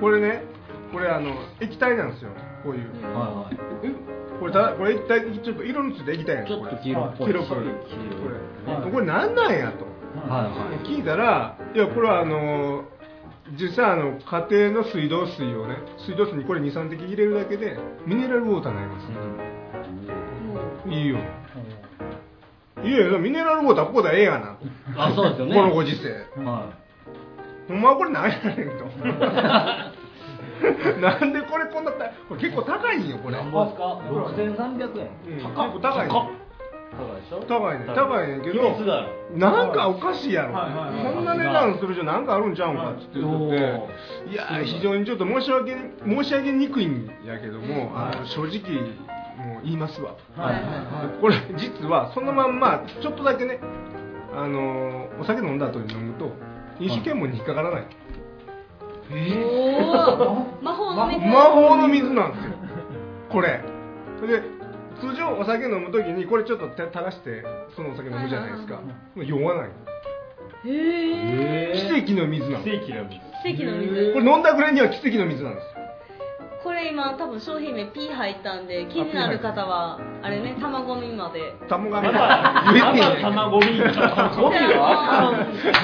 これねこれあの液体なんですよこういうはいはいえこれたこれ一体ちょっと色についていきたいやんちょっと黄色っぽい黄色っぽい黄これ,、はいこれ何なんやとはいはい聞いたらいやこれはあの実際あの家庭の水道水をね水道水にこれ23滴入れるだけでミネラルウォーターになります、いいよいやいやミネラルウォーターここだええやなとあそうですよねこのご時世はほんまはこれ何やねんとなんでこれこんなたこれ結構高いんよこいれ何本ですか六千三百円うん結構高い高っ高いでしょ高いね高いねんけど秘密があるなんかおかしいやろ、はいはいはいこんな値段するじゃなんかあるんちゃうんかっつって言ってて、、はいやー非常にちょっと申し訳申し上げにくいんやけども、あの正直もう言いますわ、はいはいはいこれ実はそのまんまちょっとだけねあのーお酒飲んだ後に飲むと飲酒検問に引っかからない、おお魔法のメ魔法の水なんですよこれで通常お酒飲む時にこれちょっと垂らしてそのお酒飲むじゃないですかはいはもう酔わないへえ奇跡の水なの正規の水奇跡のこ水れ飲んだぐらいには奇跡の水なんですこれ今多分商品名 P 入ったんで気になる方はあれね卵見まで卵がまだ言えてまへだん卵 見に行ったあそうなん ですよち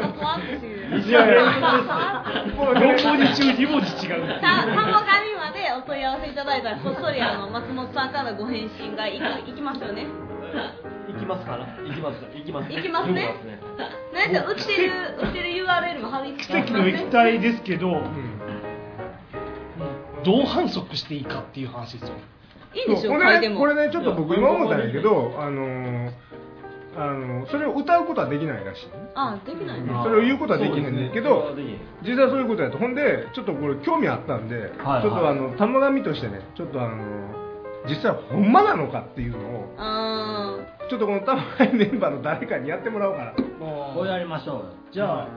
ょっと怖っていういやいやいやもう4文ね字中2文字違うた卵紙までお問い合わせいただいたらこっそりあの松本さんからご返信がいくいきますよね行きますから行きます行きます行きますねなんか売ってる売ってる URL も貼り付奇けて跡ますのね液体ですけどうんどう反則していいかっていう話ですよねいいでしょこ書いてれねもこれねちょっと僕今思ったんやけどあのーあのーそれを歌うことはできないらしいあできないねそれを言うことはできないんだけどそうですね実際そういうことやとほんでちょっとこれ興味あったんで、はいちょっとあの玉紙としてねちょっとあの実際ほんまなのかっていうのをあーちょっとこの玉紙メンバーの誰かにやってもらおうかなこれやりましょうよじゃあ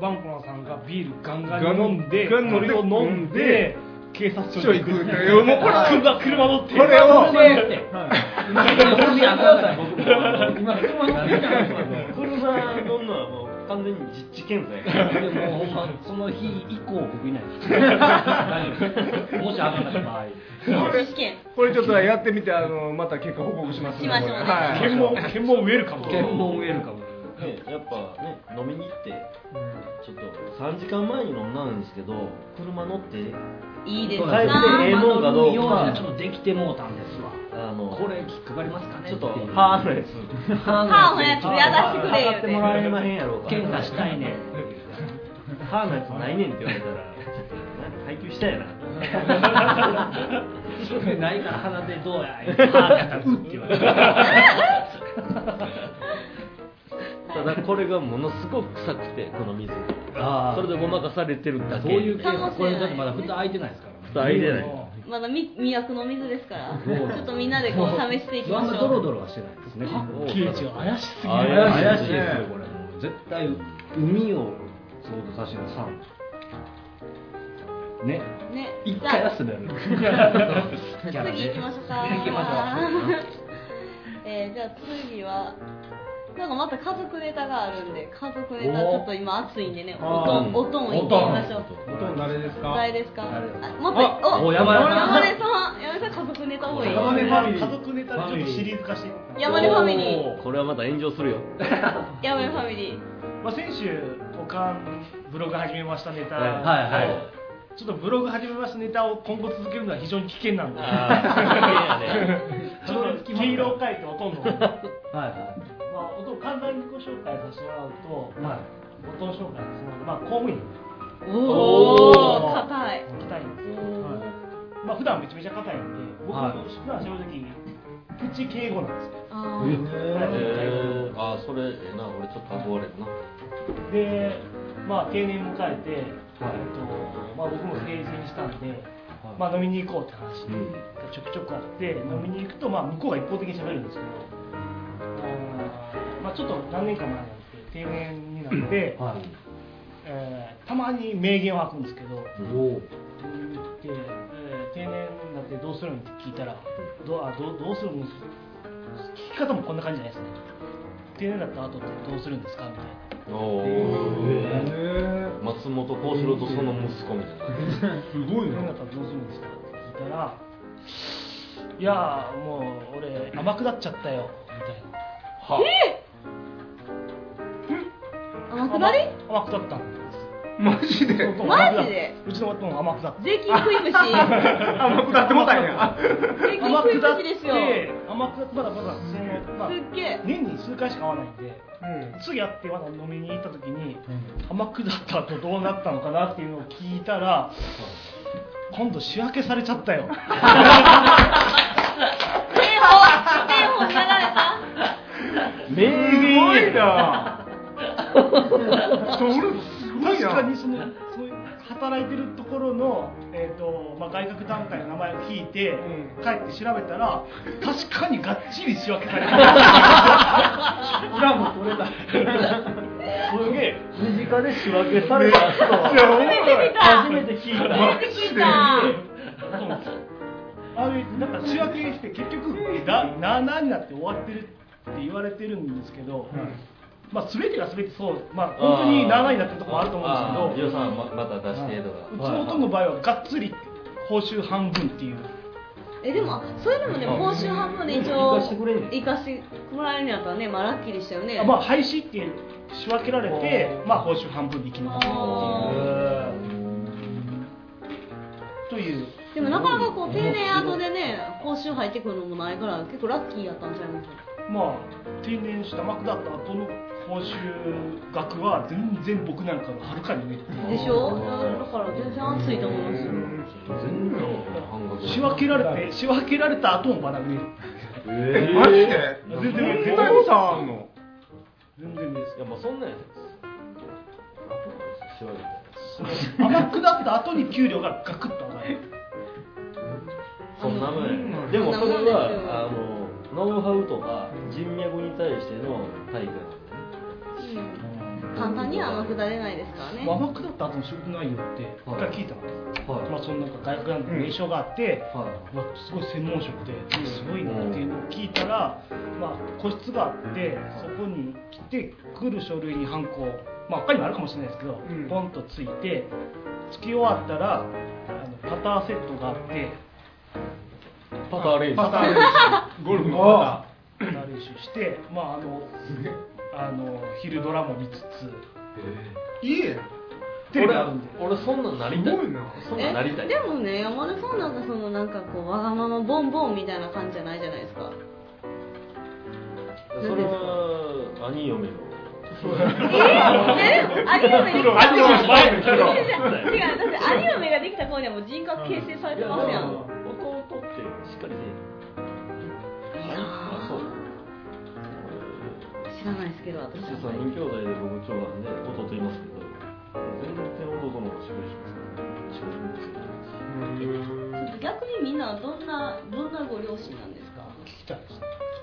バンコラさんがビールガンガンに飲んでガンガン飲んでそれを飲んで警察署に行く署行くっていうもうこ れ車車乗ってこれを車乗って今車にやってください僕も今車乗ってたそう車乗るのはもう完全に実地検 査やからでもほんまその日以降僕いないです大丈夫もし上がった場合本試験これちょっとやってみてあのまた結果報告しますんでしましょうねはい検問検問ウェルカム検問ウェルカムね、やっぱね飲みに行ってちょっと3時間前に飲んだんですけど車乗っていいです帰ってなええもんかどう用かがちょっとできてもうたんですわあのこれ引っかかりますかねちょっとていうハーフのやつハーフのやつやらしてくれ上よがってもらえまへんやろうか検査したいねハーフのやつないねんって言われたらちょっとなんか配給した やなないから鼻でどうや言うてハーフやったらうって言われてただこれがものすごく臭くてこの水あがーそれでごまかされてるだそけういうケ蓋ースこれだってまだ蓋開いてないですからね開いてないまだみ都の水ですからちそうょっとみんなでこう試していきあましんまょドロうドロはしてないですね刑事は怪しすぎある怪し怪しいいですよこれもう絶対海を想像させるサンゴねね一じゃあ回休める次行きましょうか。次行きまし ょえーじゃあ次は。なんかまた家族ネタがあるんで、家族ネタちょっと今熱いんでね、おとん、おとんいってみましょう。音誰ですか誰ですか。誰ですかあ、もっと、あお山山根根ささんん。山根さん、山根さん家族ネタ多い。山根ファミリー家族ネタでちょっとシリーズ化していこうかな山根ファミリー。これはまた炎上するよ山根ファミリー。まあ、先週おかんブログ始めましたネタ、はいはいはいちょっとブログ始めましたネタを今後続けるのは非常に危険なんでああいやね ちょっと黄色を書いてほとんど、まあ、はい音を簡単にご紹介させてもらうと、はいご当紹介させてもらうと、まあ、公務員おお、おー硬い。硬いんですよ、はいまあ普段めちゃめちゃ硬いんで僕はいは普段正直プチ敬語なんですよあえーえー、あーそれええな俺ちょっと憧れるなで、まあ、定年迎えて、はいえっとまあ、僕も成人したんで、はいまあ、飲みに行こうって話うがんちょくちょくあって、飲みに行くと、まあ、向こうが一方的に喋るんですけど、あーまあ、ちょっと何年か前なんですけど定年になって、はいえーたまに名言を吐くんですけど、おおでえー定年になってどうするのって聞いたら、どうあどうどうするんですか聞き方もこんな感じじゃないですね定年だった後ってどうするんですかみたいなおお、松本幸四郎とその息子みたいなすごい世のな中どうするんですかって聞いたら、いやーもう俺甘くなっちゃったよみたいなえー甘くなり甘くなったんでマジでそうマジでうちの夫も甘くなった税金食い虫税甘くなってもうたんや金食いなっ虫てですよ甘くなってまだまだその、ますっげえあ、年に数回しか会わないんでうん次会ってまだ飲みに行った時に甘くなった後どうなったのかなっていうのを聞いたら今度仕分けされちゃったよペンホペンホしながらさ名すごい言やなそれすごい確なかにそのそういう働いてるところの、えーとまあ、外郭団体の名前を聞いて、う帰って調べたら確かにがっちり仕分けされてた裏も取れた。すげえ身近で仕分けされた人はめっちゃ面白い初めて聞いた出てきたああいう なんか仕分けして結局だなあなあになって終わってるって言われてるんですけど、まあ、全てが全てそう、まあ、本当になあなあになってるところもあると思うんですけど予算ままた出してとかうちの夫の場合はがっつり報酬半分っていうえでもそういうのもね報酬半分で一応行かしてくれんねん行かしてもらえるんやったらねまあラッキーでしたよねあまあ廃止って仕分けられて、まあ、報酬半分で生き残るあというーでもなかなかこう定年後でね報酬入ってくるのもないから結構ラッキーやったんちゃいますまあ定年したマクダった後の報酬額は全然僕なんかのはるかにねでしょだから全然熱いと思いますよ全然半額仕分けられて仕分けられた後もまだねえマジで全然そん全然なにさあんの全然ですいやもうそんなんやつ仕分け甘くなった後に給料がガクッと上がるそんなもんやうんでもそそれんなもんですよはあのノウハウとか人脈に対しての対価なんでねうん簡単には甘くなれないですからねまあ甘くなった後の仕事内容って一回聞いたの、はいまあ、そのなんか外国なんか名称があって、はいまあ、すごい専門職ですごいなっていうのを聞いたら、まあ、個室があってそこに来て来る書類にハンコ、まあ、他にもあるかもしれないですけど、んポンとついてつき終わったらあのパターセットがあってパターレンジパターンゴルフのパパター練習して、まあ、あのあの昼ドラも見つつターいいえテレビあるんで俺そんなんなりたすいごいなそんなんなりたいでもね山田さんなんかそのなんかこうわがままボンボンみたいな感じじゃないじゃないですかそれは兄嫁のええアニメできた兄嫁前の違う黒違う違うだってアニメができた頃にはもう人格形成されてますやん弟ってしっかりせえへんあそう知らないですけど私私三人兄弟で僕長男で弟いますけど全然弟の方がしっかりします仕事もついてる逆にみんなはどんなどんなご両親なんですか聞きたいです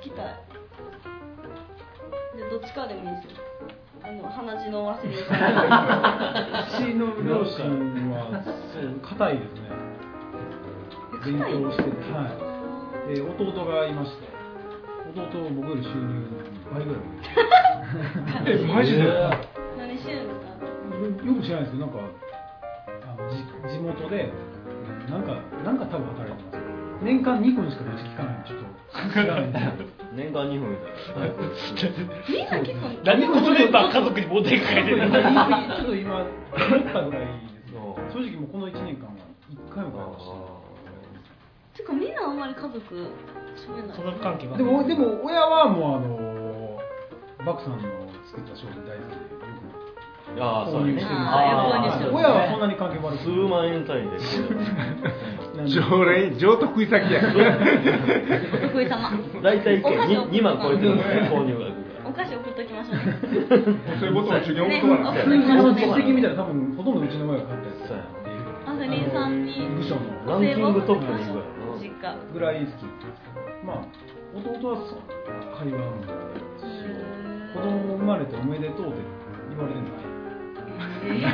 聞きたいでどっちかでもいいですよあの鼻血のお 忘れですうちの両親はそう硬いですね。勉強してて、はい。で弟がいまして、弟を僕より収入倍ぐらい。えマジで何してるんですかよく知らないですけど、なんかあのじ地元でなんかなんか多分働いてます。年間2分しか口聞かないんでちょっと知らないんですけど。年間2分みたいなみんな結構何もそれば家族に問題ち抱ょえってとる今、思ったぐらいですねうん正直もうこの1年間は1回も会話しててかみんなあんまり家族喋んない家族関係なはいでも、でも親はもうあのバクさんの作った商品大好きでよああくそ購う入ねしてるあー購入してる親はそんなに関係悪く数万円単位でない常連上得意先やお得意様大体2万超えてるん ですね購入額がお菓子送っときましょうねそういうことを授業ねもそうな送んっでとす実きましょうねよ績見たら多分ほとんどうちの親が買ったやつそうやなあとリンさんに部署のランキングトップに行くからな実家ぐらい好きまあ弟はそう会話も子供も生まれておめでとうって言われてないすごいはい。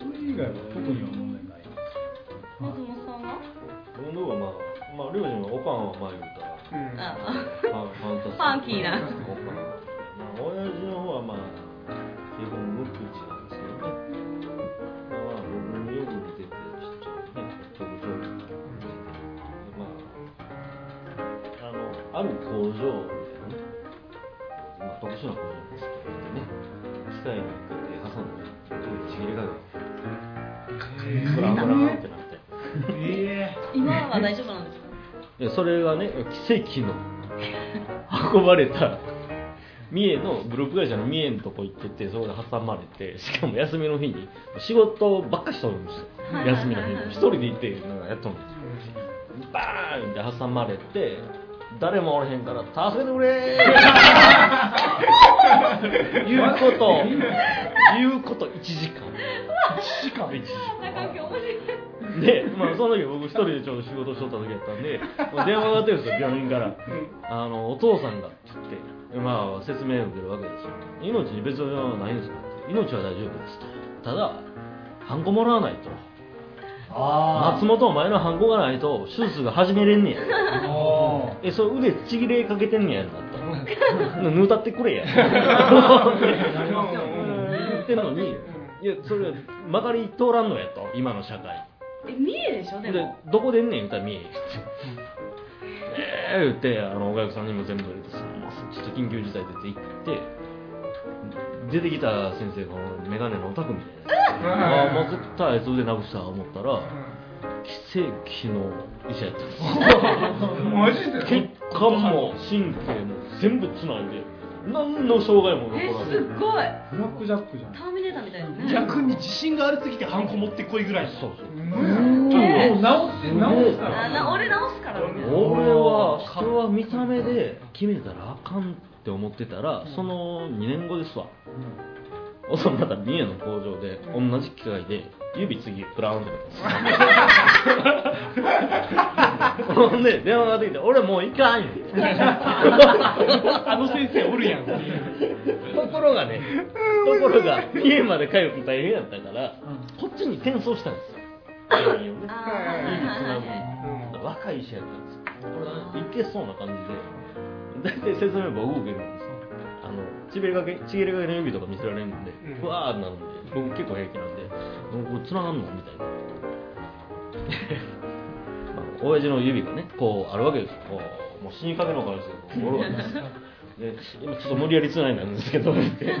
それ以外は特には問題ない。松本さんは僕の方がまあまあ両親はおかんはまあ言うたらうんあファンファンタスティックファンキーなおかんまあ親父の方はまあ基本無口なんですけどねまあまあ僕によく似ててちょっとね特徴ある工場みたいな、まあ、特殊な工場ですけどね機械にこうやって挟んでちぎれかけてブランブランってなってえ今は大丈夫なんですかでそれがね奇跡の運ばれた三重のグループ会社の三重のとこ行っててそこで挟まれてしかも休みの日に仕事ばっかしとるんですよはいはいはい休みの日に一人でいてなんかやっとるんですよバーンって挟まれて誰もおれへんから「助けてくれ ー」言うこと言うこと1時間1時間1時間なんか今日面白いで、まあ、その時僕一人でちょうど仕事しとった時やったんで、もう電話がかかってるんですよ、病院から。あの、お父さんがって言って、まあ、説明を受けるわけですよ。命に別の病はないんですかって命は大丈夫ですと。ただ、ハンコもらわないと。あ松本お前のハンコがないと、手術が始めれんねや。あえ、それ腕ちぎれかけてんねや、なったら。ぬたってくれや。言ってんのに、いや、それは曲がり通らんのやと、今の社会。え三重でしょででもどこでんねん言うたら見えへんってええ言ってあのお客さんにも全部言ってちょっと緊急事態出て行って出てきた先生がこの眼鏡のオタクみたいなああもう絶対あいつ腕なくした思ったら奇跡の医者やったんです マジで血管も神経も全部つないで何の障害もえ残らずすごいブラックジャックじゃんターミネーターみたいですー、ね逆に自信がありすぎてハンコ持ってこいぐらいそうそうもう直って直したあな俺直すからみたいな俺は人は見た目で決めたらあかんって思ってたらその2年後ですわ、おそまた三重の工場で同じ機械で指次ブラウンってなったんですほんで電話が出てきて俺もういかんよあの先生おるやんところがねところが三重まで通うの大変やったからこっちに転送したんですよ病院をねあーはいはいはいはい若い医者やったんですよこれいけそうな感じで大体説明僕受けるんですよあのちびれかけちぎれかけの指とか見せられるんでうんふわーってなるんで僕結構平気なんで「これつながんの?」みたい なあの親父の指がねこうあるわけですよこうもう死にかけのからですよこう折るわけですよで今ちょっと無理やりつないなんですけどってちょん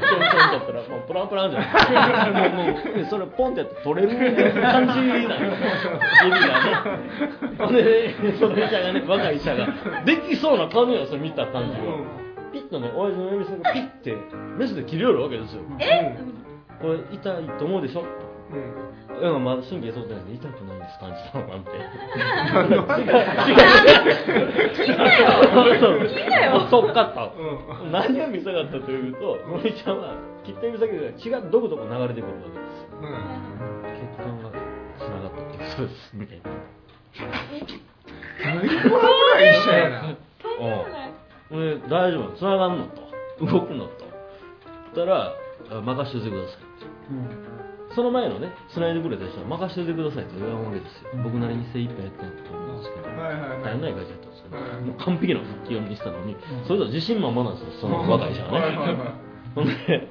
ちょんだったらもうプランプランじゃないもうもうそれポンってやって取れる感じなんですよ指がねほんでその医者がね若い医者ができそうな顔よそれ見た感じがピッとね親父の指先がピッてメスで切り寄るわけですよえこれ痛いと思うでしょいやまだ神経通ってないんで痛くないんです感じたのなんて聞いたよ聞いたよそっかった何が見せかったというと森ちゃんは切った指先で血がどこどこ流れてくるわけです血管がつながったってことですみたいなとんでもないで大丈夫つながんのと動くのと言ったらあ任しといてくださいってその前のねつないでくれた人は任しといてくださいと言わんわけですよ僕なりに精一杯やったんだと思うんですけど大変ない会社だったんですけど、はいもう完璧な復帰を見せたのに、それとは自信満々なんですよその若い者はね、ほんで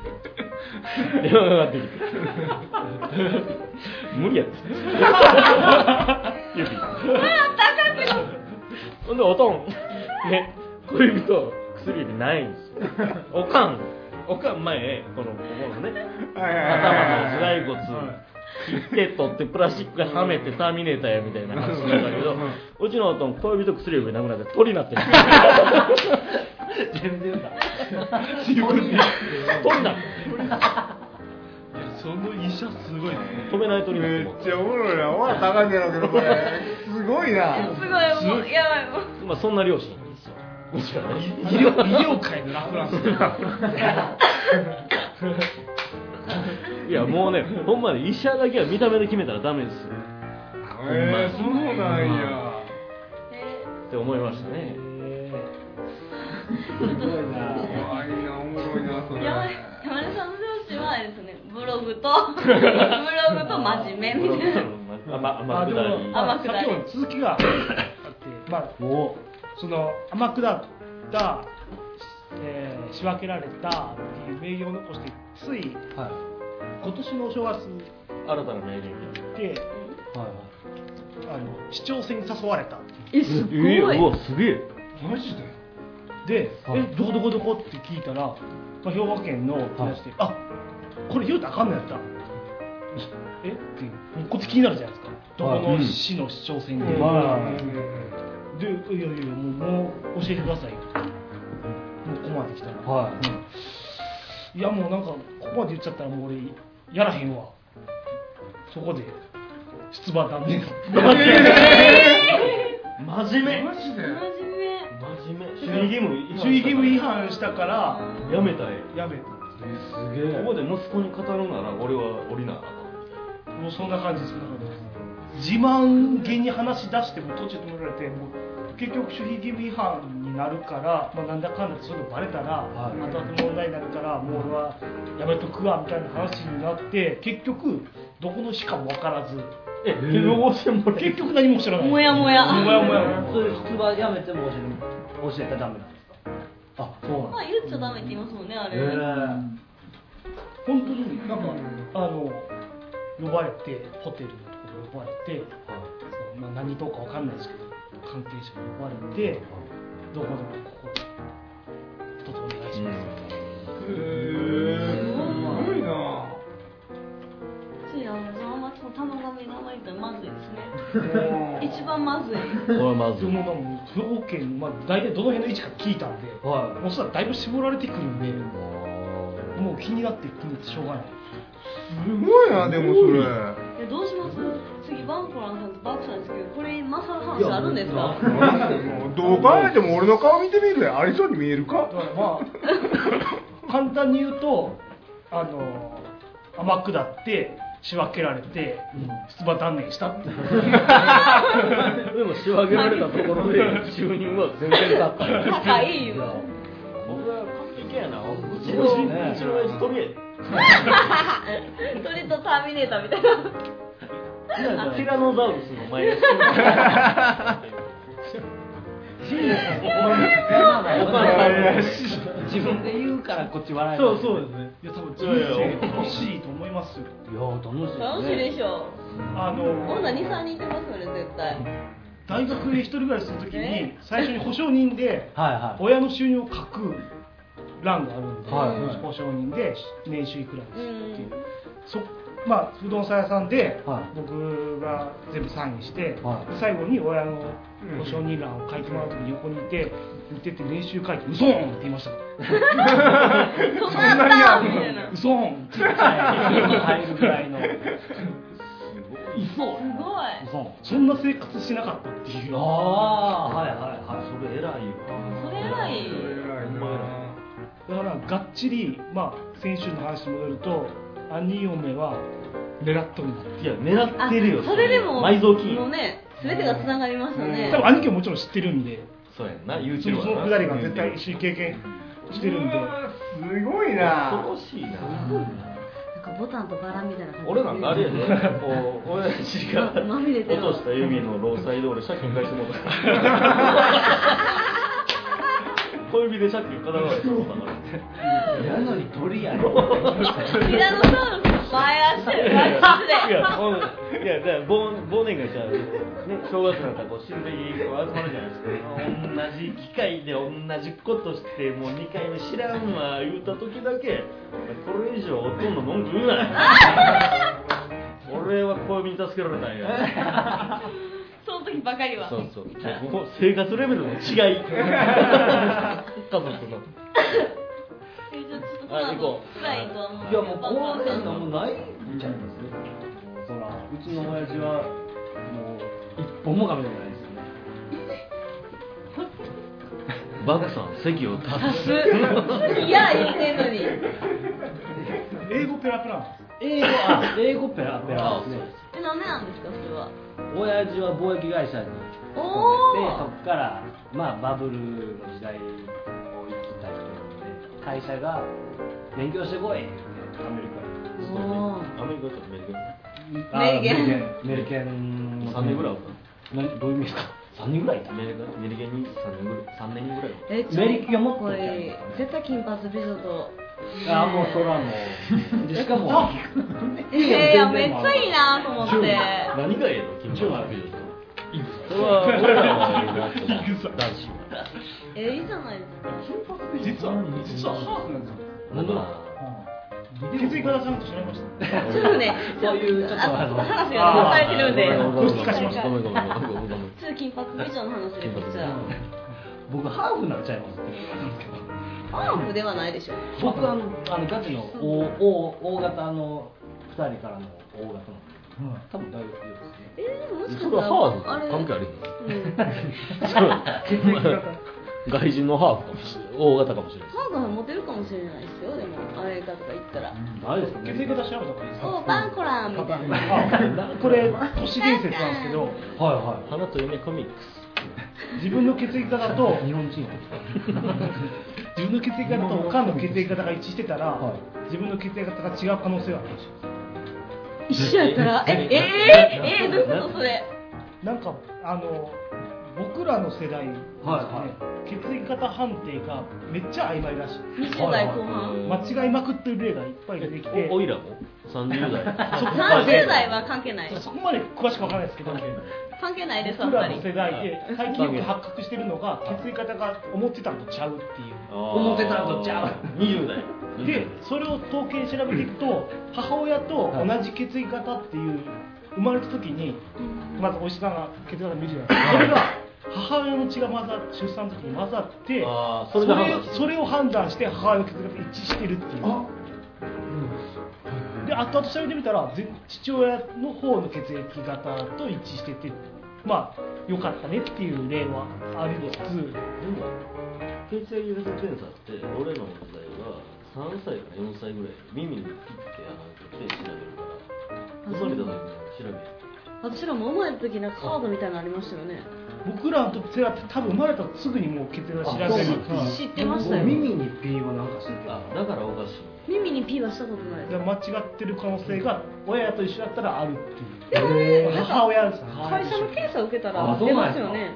電話がかかってきて「無理や」っつって指ほんでおとんね小指と薬指ないんですよおかんおかん前このここのね頭の頭蓋骨切って取ってプラスチックではめてターミネーターやみたいな話だったけどうちのおとん小指と薬指なくなって鳥になってる全然だ鳥になってるその医者すごいね飛べない鳥になってめるっちゃおもろいな。お前高いんだけど、これ。すごいな。すごいもうやばいもうまあそんな両親ですようちはね医療医療界のラフランスいやもうねほんまに医者だけは見た目で決めたらダメですよえー、そうなんや。えって思いましたねすごいな怖いな、おもろいな、そーれ。山山根さんの上司はあれですねブログとブログと真 面目みたいな甘まあ甘でくもなりまあ天さ下りっきの続きがあって、まあ、その天下った、えー仕分けられたっていう名言を残してついはい今年のお正月新たな名言ではいはいあの市長選に誘われたっていえうすごいえうわすげえマジでで、はいえどこどこどこって聞いたら、まあ、兵庫県のって出して、あこれ言うたらあかんのやったえっていうもうこっち気になるじゃないですかどこはのい市の市長選で、はでいやいやもうもう教えてくださいよもうここまで来たら、、はいやもうなんかここまで言っちゃったらもう俺やらへんわそこで出馬断念真面目マジで真面目真面目注意義務違反した注意義務違反したからやめたらえやめたすげえこえこで息子に語るなら俺は降りなあかんもうそんな感じですそんな感じです自慢げに話し出しても途中止められてもう結局守秘義務違反になるから、まあ、なんだかんだってそういうのバレたらはい後々問題になるからもう俺はやめとくわみたいな話になって結局どこの市かも分から ずえ結婚してもらえ結局何も知らないもやもやもやもやそれ出馬やめても教え教えたらダメなんですかあそうまあなんで言っちゃダメって言いますもんねあすれ、ね本当になんかあの呼ばれてホテルのところ呼ばれてその、まあ、何とかわかんないですけど関係者に呼ばれてどこどこここ一つお願いしますみたいな。すごいなついあのざわまつの玉神が甘いってまずいですうんね一番まずいこれはまずでいももう兵庫県、まあ、大体どの辺の位置か聞いたんで、はいもうそしたらだいぶ絞られてくるんで、あもう気になって気になってしょうがない。すごいなでもそれえどうします次バンコランさんとバクさんですけどこれマサ話あるんですかもうどう考えても俺の顔見てみるよありそうに見えるかだからまあ簡単に言うとあの天下って仕分けられて、出馬断念したっていうでも仕上げられたところで 収入は全然だったよ高いよ僕は完璧やなうちそのうねうちの親父取りトリとターミネーターみたいな柄ティラノザウルスの 前です自分で言うからこっち笑えそううそうですねいや多分人いやいや生欲しいと思いますよいや楽しい楽しいでしょあの女23人いてますよね絶対大学で一人暮らしするときにえ最初に保証人ではいはい親の収入を書く欄があるんで、はいはい保証人で年収いくらですっていううんそまあ不動産屋さんではい僕が全部サインして、はい最後に親の保証人欄を書いてもらうときに横にいて見てて年収書いて「うそん!」って言いました止まったみたいな「うすそん!」って入るぐらいのごいそうそんな生活しなかったっていうああはいはいはいそれ偉いわそれ偉い偉いなだからがっちり、まあ、先週の話に戻ると兄嫁は狙っとるなっていや狙あってるよそれでも埋蔵金もうね全てがつながりましたね多分兄貴ももちろん知ってるんでそうやんな YouTube そのそのくだりが絶対一緒に経験してるんでうわすごいな恐ろしいななんかボタンとバラみたいな感じ俺なんかあれや で、こう、親父がまみれて落るとした指の労災で俺借金返しても うた小指で借金肩代わりしてもうたからやのに鳥やねティラノサウルス前足で前足でいや、ほんいや、だから忘忘年会じゃん、ね、正月なんかこう親戚こう集まるじゃないですか。同じ機会で同じことして、もう2回目知らんわ言うた時だけ、これ以上おとんの文句言 うな。俺は小指に助けられたんや。その時ばかりはそうそう。もう生活レベルの違い。家族の。えじゃあちょっとこのあ行こ後う辛いとは思ういやもうこういうのもないんちゃいますねそらうちの親父はもう一本も食べてないですよねバグさん、席を立つ。いや言ってんのに英語ペラペラなんです英語あ英語ペラペラですねえなんでなんですかそれは親父は貿易会社におでーそこから、まあ、バブルの時代を生きた人なので会社が「勉強してこい!」ってアメリおーアメリカちょっとメリカメリケンンメリケン3年ぐらいあっ何どういう意味ですか3年ぐらいいたたの。メリカ、メリケに3年ぐらい、3年ぐらい。えメリケンもっとこれ絶対金髪美女とあもうそらもうでしかもえー、いやめっちゃいいなと思って何がええの緊張はそれは俺らはなと思って男子はえーいいじゃないですか金髪で実は実はハーフなんですよなんだろううん気づい方ちゃんと知らましたちょっとねそういうちょっとあの話がされてるんでごめんごめんごめんしましたごめんごめんごめんごめんごめんちょっと金髪美女の話金で髪実は僕ハーフになっちゃいますって言われたんですけどハーフではないでしょ僕はあのあのガチの大大大型の2人からの大型のうん多分大学ですねえーでももしかしそたれはらハあーれフ関係あるうんハの外人のハーフかもしれない大型かもしれないーフはモテるかもしれないですよでもアメリカとか行ったらないですか血液型調べた方がいいですおバンコランみたいなかこれ都市伝説なんですけどはいは花と夢コミック自分の血液型 とい日本人は自分の血液型と他の血液型が一致してたら、は自分の血液型が違う可能性はあるんですよ一緒やったらえええええどういうことそれなんかあの僕らの世代ですね、は血液型判定がめっちゃ曖昧らしい20代後半ス間違いまくってる例がいっぱい出てきておおいらも30代 そこまで30代は関係ないそこまで詳しくわからないですけど関係ないですあん僕まらりの世代で最近よく発覚してるのが血液型が思ってたのとちゃうっていう思ってたのとちゃう20代でそれを統計調べていくと母親と同じ血液型っていう生まれた時にまずお医者さんが血液型見るじゃないですかそれが母親の血が混ざっ出産の時に混ざってあーそそれで判れ断それを判断して母親の血液型が一致してるっていうあで後々調べてみたらぜ父親の方の血液型と一致しててまあ良かったねっていう例はありつつでも血液型検査って俺の問題は3歳から4歳ぐらい耳にピッて穴開けて調べるから生まれた時に調べる私らも生まれた時なんかカードみたいなのありましたよね僕らの時は多分生まれたらすぐにもう血液型調べるっていう知ってましたよ耳にピーはなんかしてたあだからおかしい耳にピーはしたことないでです間違ってる可能性が親と一緒だったらあるってでもねいう母親ですね会社の検査受けたあらそう出まなんやすよね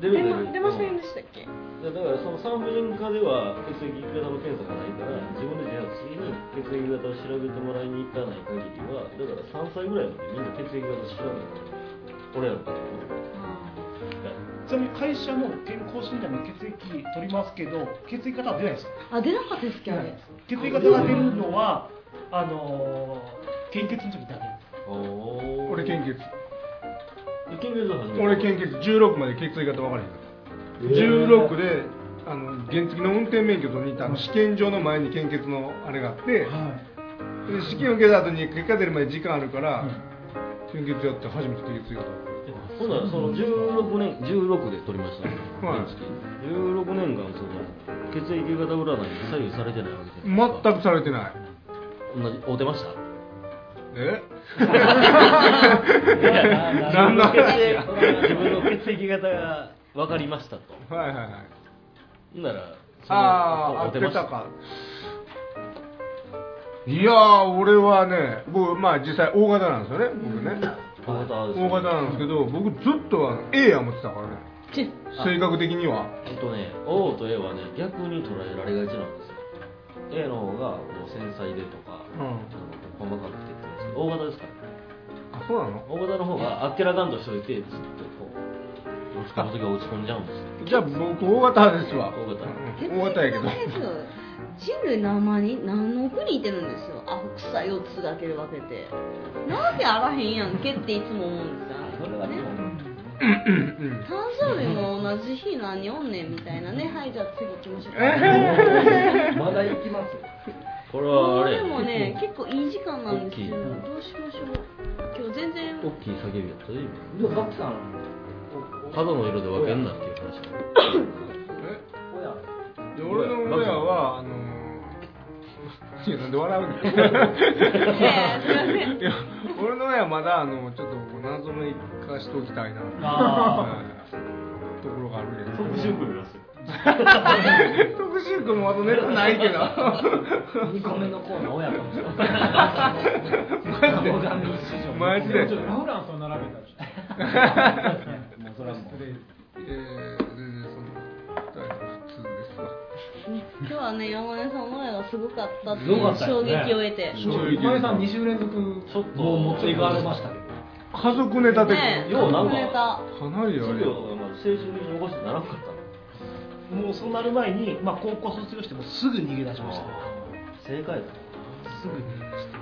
出出る出まる出ませんでしたっけいやだからその産婦人科では血液型の検査がないから自分で自発的に血液型を調べてもらいに行かない限りはだから3歳ぐらいまでみんな血液型調べる俺らの時もちなみに会社の健康診断の血液取りますけど血液型は出ないですあ出なかったですっけあれ血液型が出るのはあのー献血の時だけお俺献血献血始め俺献血16まで血液型分からへんかった16であの原付の運転免許と似たあの試験場の前に献血のあれがあって、はいで試験受けた後に結果出る前に時間あるから、献血やって初めて献血やったほんならその16年16で取りました、ねはい16年間その血液型占いに左右されてないわけじゃないですか全くされてない全く同じ合うてましたえ自何分のの血話液自分の血液型が分かりましたとはいはいはいほんならそのああ合合うってましたかいやー俺はね僕まあ実際大型なんですよね僕ね大型ですね大型なんですけど僕ずっとは A や思ってたからねち性格的にはえっとね O と A はね逆に捉えられがちなんですよ A の方がこう繊細でとか、うんあの細かくてってやつで大型ですからねあそうなの大型の方があっけらかんとしておいてずっとこう落ち込む時は落ち込んじゃうんですよじゃあ僕大型ですわ大型うん大型やけど血液型ですよ人類何万人何億人いてるんですよあ草四つだけで分けてなんであらへんやんけっていつも思うんですよそれはねね誕生日も同じ日何おんねんみたいなねはいじゃあ次行きましょうかまだ行きますこれもはあうれでもね結構いい時間なんですよ大きいどうしましょう今日全然大きい叫びやったででもガクさん今肌の色で分けんなっていう話親で俺の親はあのー、 いやなんで笑うんだ よねえすいませんいや俺の親はまだあのちょっとこう謎めかしておきたいなっていうあところがあるけどらし特集君もまだネタないけど2個目のコーナー親かもしれないマジで マジでちょっとラフランスを並べたらちょっもうそれはもと失礼えー、全然その普通ですわ今日はね山根さんの前がすごかったっていすごかうったで衝すね撃を得て、衝撃前さん2週連続ちょっとうもう持っていかれましたけどあ家族ネタ的ねえようなん隠れたかかなりあ授れ業とかまあ精神的におかしくならんかったのもうそうなる前に、まあ、高校卒業してもうすぐ逃げ出しましたね正解だすぐ逃げ出して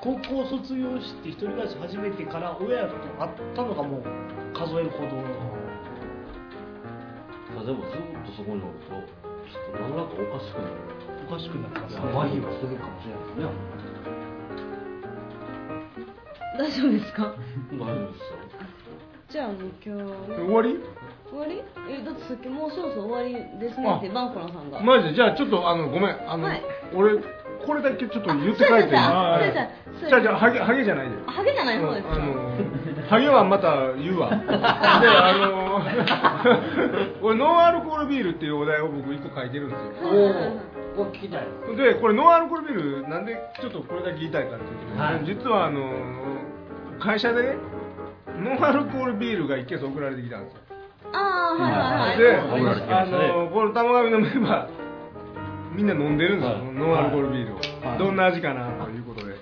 高校卒業して一人暮らし始めてから親と会ったのがもう数えるほどまあでもずっとそこにおるとちょっと何らかおかしくなるおかしくなりますねマリはするかもしれないですね。大丈夫ですか大丈夫ですよじゃあもう今日ね終わり終わりえだってさっきもうそろそろ終わりですねってバンコラさんがマジでじゃあちょっとあのごめんあの、はい俺これだけちょっとあ言って帰っていいそうやじそうやそうやそうやゃあじゃあハゲハゲじゃないでハゲじゃない方ですかあのハゲはまた言 うわであの俺ノンアルコール ビールっていうお題を僕一個書いてるんですよおお、ここ聞きたい。でこれノンアルコールビールなんでちょっとこれだけ言いたいかっていうと、はい実はあの会社でねノンアルコールビールが一ケース送られてきたんですよああーはいで、はいはい送られてきまあしたねのこの玉神のメンバーみんな飲んでるんですよ、はいノンアルコールビールを、はいどんな味かなということで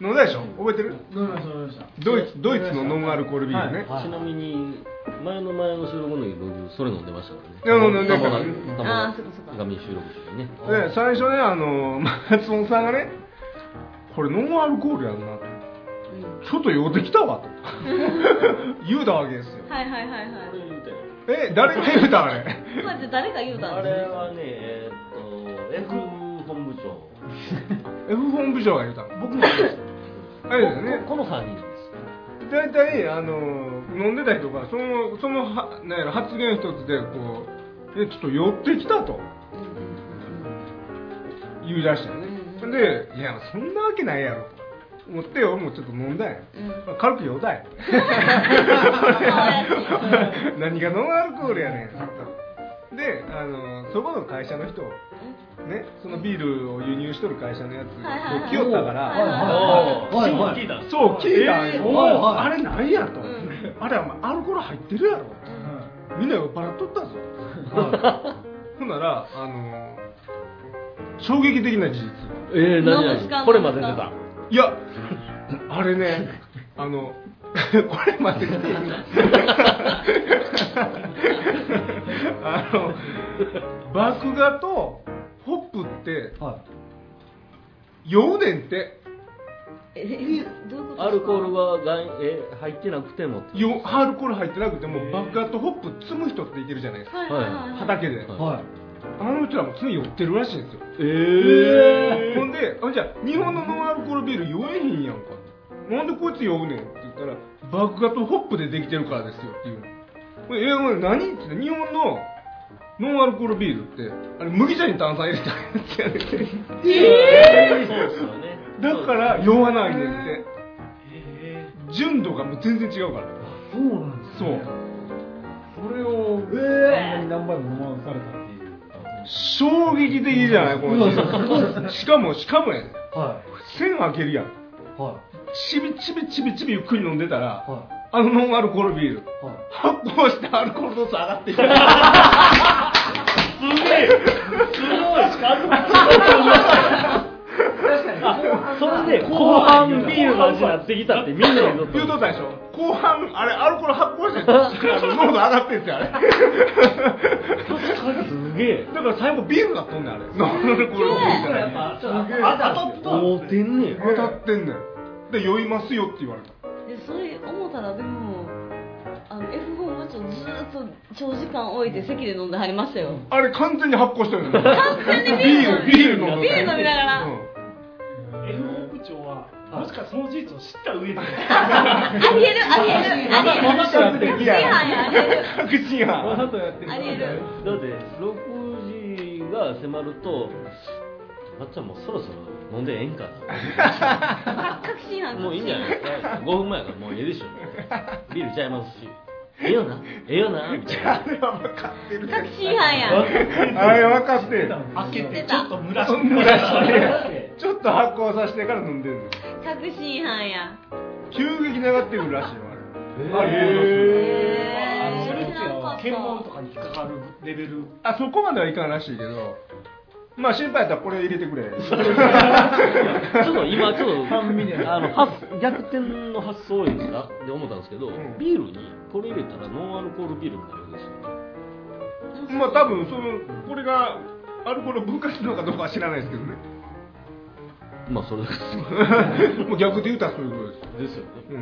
飲んだでしょ覚えてる飲みました飲みましたドイツドイツのノンアルコールビールね、はいちなみに前の前の収録の時僕それ飲んでましたからねいや飲んでたたまにたまあーそっかそっかに紙収録中にねで最初ねあの松本さんがねこれノンアルコールやんなとちょっと酔ってきたわと言うたわけですよはいはいはいはいこれ言うたよえ誰が言うたあれこれって誰が言うたあんですれはねえーっと F 本部長 F 本部長が言うたの僕もありましあれだよねここの3人です大体あの飲んでた人がそのそのはなんやろ発言一つでこうえちょっと寄ってきたと言い出したよねでいやそんなわけないやろと思って俺もちょっと飲んだんやうんまあ軽く酔うたんや 何がノンアルコールやねんとであのそこの会社の人ね、そのビールを輸入しとる会社のやつはいはいはいを清ったから、はいはいはいはい聞いたそう聞いたんよ、えーはいはいあれなんやと、うんあれお前アルコール入ってるやろみんな酔っ払っとったぞ ほんならあの衝撃的な事実えー、何なんですか々これまで出たい やあれねあの これまで出てる あの麦芽とホップっては酔うねんってえどういうことですかアルコールは外えー入ってなくてもってよアルコール入ってなくても麦芽とホップ摘む人っていてるじゃないですかはいはいはいはい畑で、い。はい。あの人らも常に酔ってるらしいんですよええほんであじゃあ日本のノンアルコールビール酔えへんやんかなんでこいつ酔うねんって言ったら麦芽とホップでできてるからですよっていうほんでえお前何って言って日本のノンアルコールビールってあれ麦茶に炭酸入れてあるやつやねんてえそうですよねだから酔わないねんって純度がもう全然違うからそうなんですそうそれをあんなに何杯も飲まされたっていう衝撃的じゃないこの人しかもしかもやねは線開けるやんい。はい。ちびちびちびちびゆっくり飲んでたら、はあのノンアルコールビールい。はい。発泡してアルコール度数上が ってきたあ、それで後半ビールの味になってきたってみんなにとって言うとったでしょ後半あれアルコール発泡してあの濃度上がってんすよあれ すげえ。だから最後ビールだっとんねんあれ ノンアルコールビールじゃないおてんね当たってんねんで酔いますよって言われたでそれ思ったらでもあの F 本部長ずーっと長時間置いて席で飲んではりましたよあれ完全に発泡してるのよ完全にビールビール飲んでビール飲みながらうんた F 本部長はもしかその事実を知っ た上でありえるありえるありえるまだやってる確信犯やありえる確信わ犯ざとやってありえるだって6時が迫るとあっちゃんもうそろそろ飲んでええんか確信な犯もういいんじゃないですか5分前やからもうええでしょビールちゃいますしええよなええよなみたいなあれは分かってる確信犯やあれ分かってる開けててちちょょっっとと蒸蒸ららししてて蒸らちょっと発酵させてから飲んでるの確信犯や急激に上がってくるらしいよあへれえそれって知らんかった検問とかに引っかかるレベルあそこまではいかんらしいけどまあ心配やったらこれ入れてくれちょっと今ちょっとあの発逆転の発想多いんだって思ったんですけど、んビールにこれ入れたらノンアルコールビールになるんですよねまあ多分そのこれがアルコール分解するのかどうかは知らないですけ どねまあそれですもう逆で言うたらそういうことですですよねう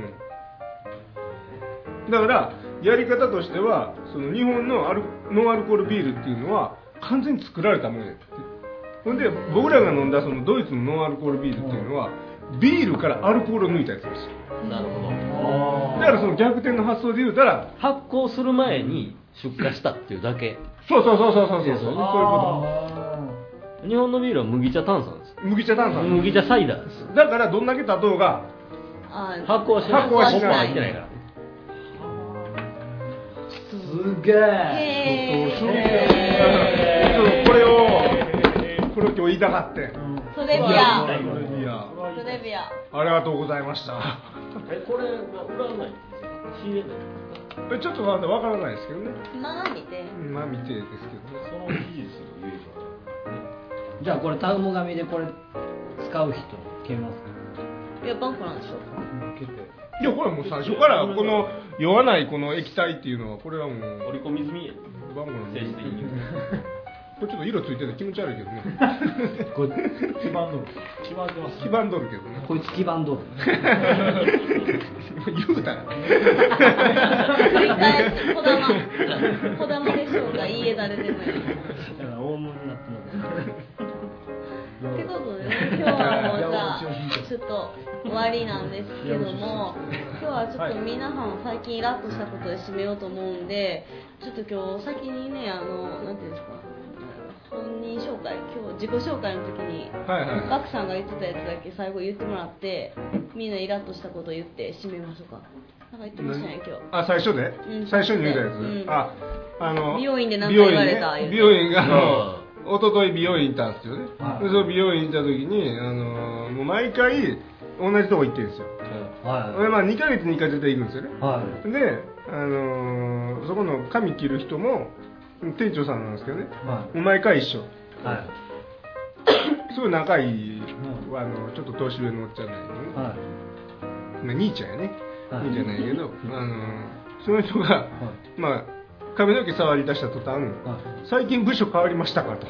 ん、だからやり方としてはその日本のアルノンアルコールビールっていうのは完全に作られたものやってほんで僕らが飲んだそのドイツのノンアルコールビールっていうのはビールからアルコールを抜いたやつですなるほどだからその逆転の発想で言うたら発酵する前に出荷したっていうだけそうそうそうそうそうそうそうですよいうねこ日本のビールは麦茶炭酸ですと麦茶炭酸麦茶サイダーですだからどんだけ砂糖があー発酵はしない発酵はしないホップ入ってないからすげえへーちょっとこれをこれを今日言いたかってんトレビアいやトレビアありがとうございましたえこれは売らないんですか仕入れないえちょっとなんでわからないですけどね今見てまあ見てですけどねその技術を言えじゃあこれタウモ紙でこれ使う人決めますかいやバンコなんでしょいやこれもう最初からこの酔わないこの液体っていうのはこれはもう ば織り込み済みやバンゴなんで政治的に これちょっと色ついてて気持ち悪いけど ねこれ基盤の決まってます黄ばんどるけどねこいつ基盤どう言うたら繰り返しこだまこだまでしょうがいいえ誰でもいいだから大物になってますってことでね今日はもうじゃあちょっと終わりなんですけども今日はちょっと皆さん最近イラッとしたことで締めようと思うんでちょっと今日先にねあのなんていうんですか本人紹介今日自己紹介の時にはいはいバクさんが言ってたやつだけ最後言ってもらってみんなイラッとしたこと言って締めましょうかなんか言ってましたね今日あ最初で、うん最初に言うたやつ、うんああの美容院で何か言われた言うて美容院,、ね、美容院があの一昨日美容院行ったんですよね、はいでその美容院行った時にあのもう毎回同じとこ行ってるんですよ、は俺まあ2ヶ月に1回絶対行くんですよねいはいで、あのーそこの髪切る人も店長さんなんですけどねは毎回一緒 いはいすごい仲いい、あのちょっと年上のおっちゃんなんやけどね、はまあ、兄ちゃんやね、はい兄ちゃんなんやけど、あのーその人が、まあ髪の毛触り出した途端、最近部署変わりましたかと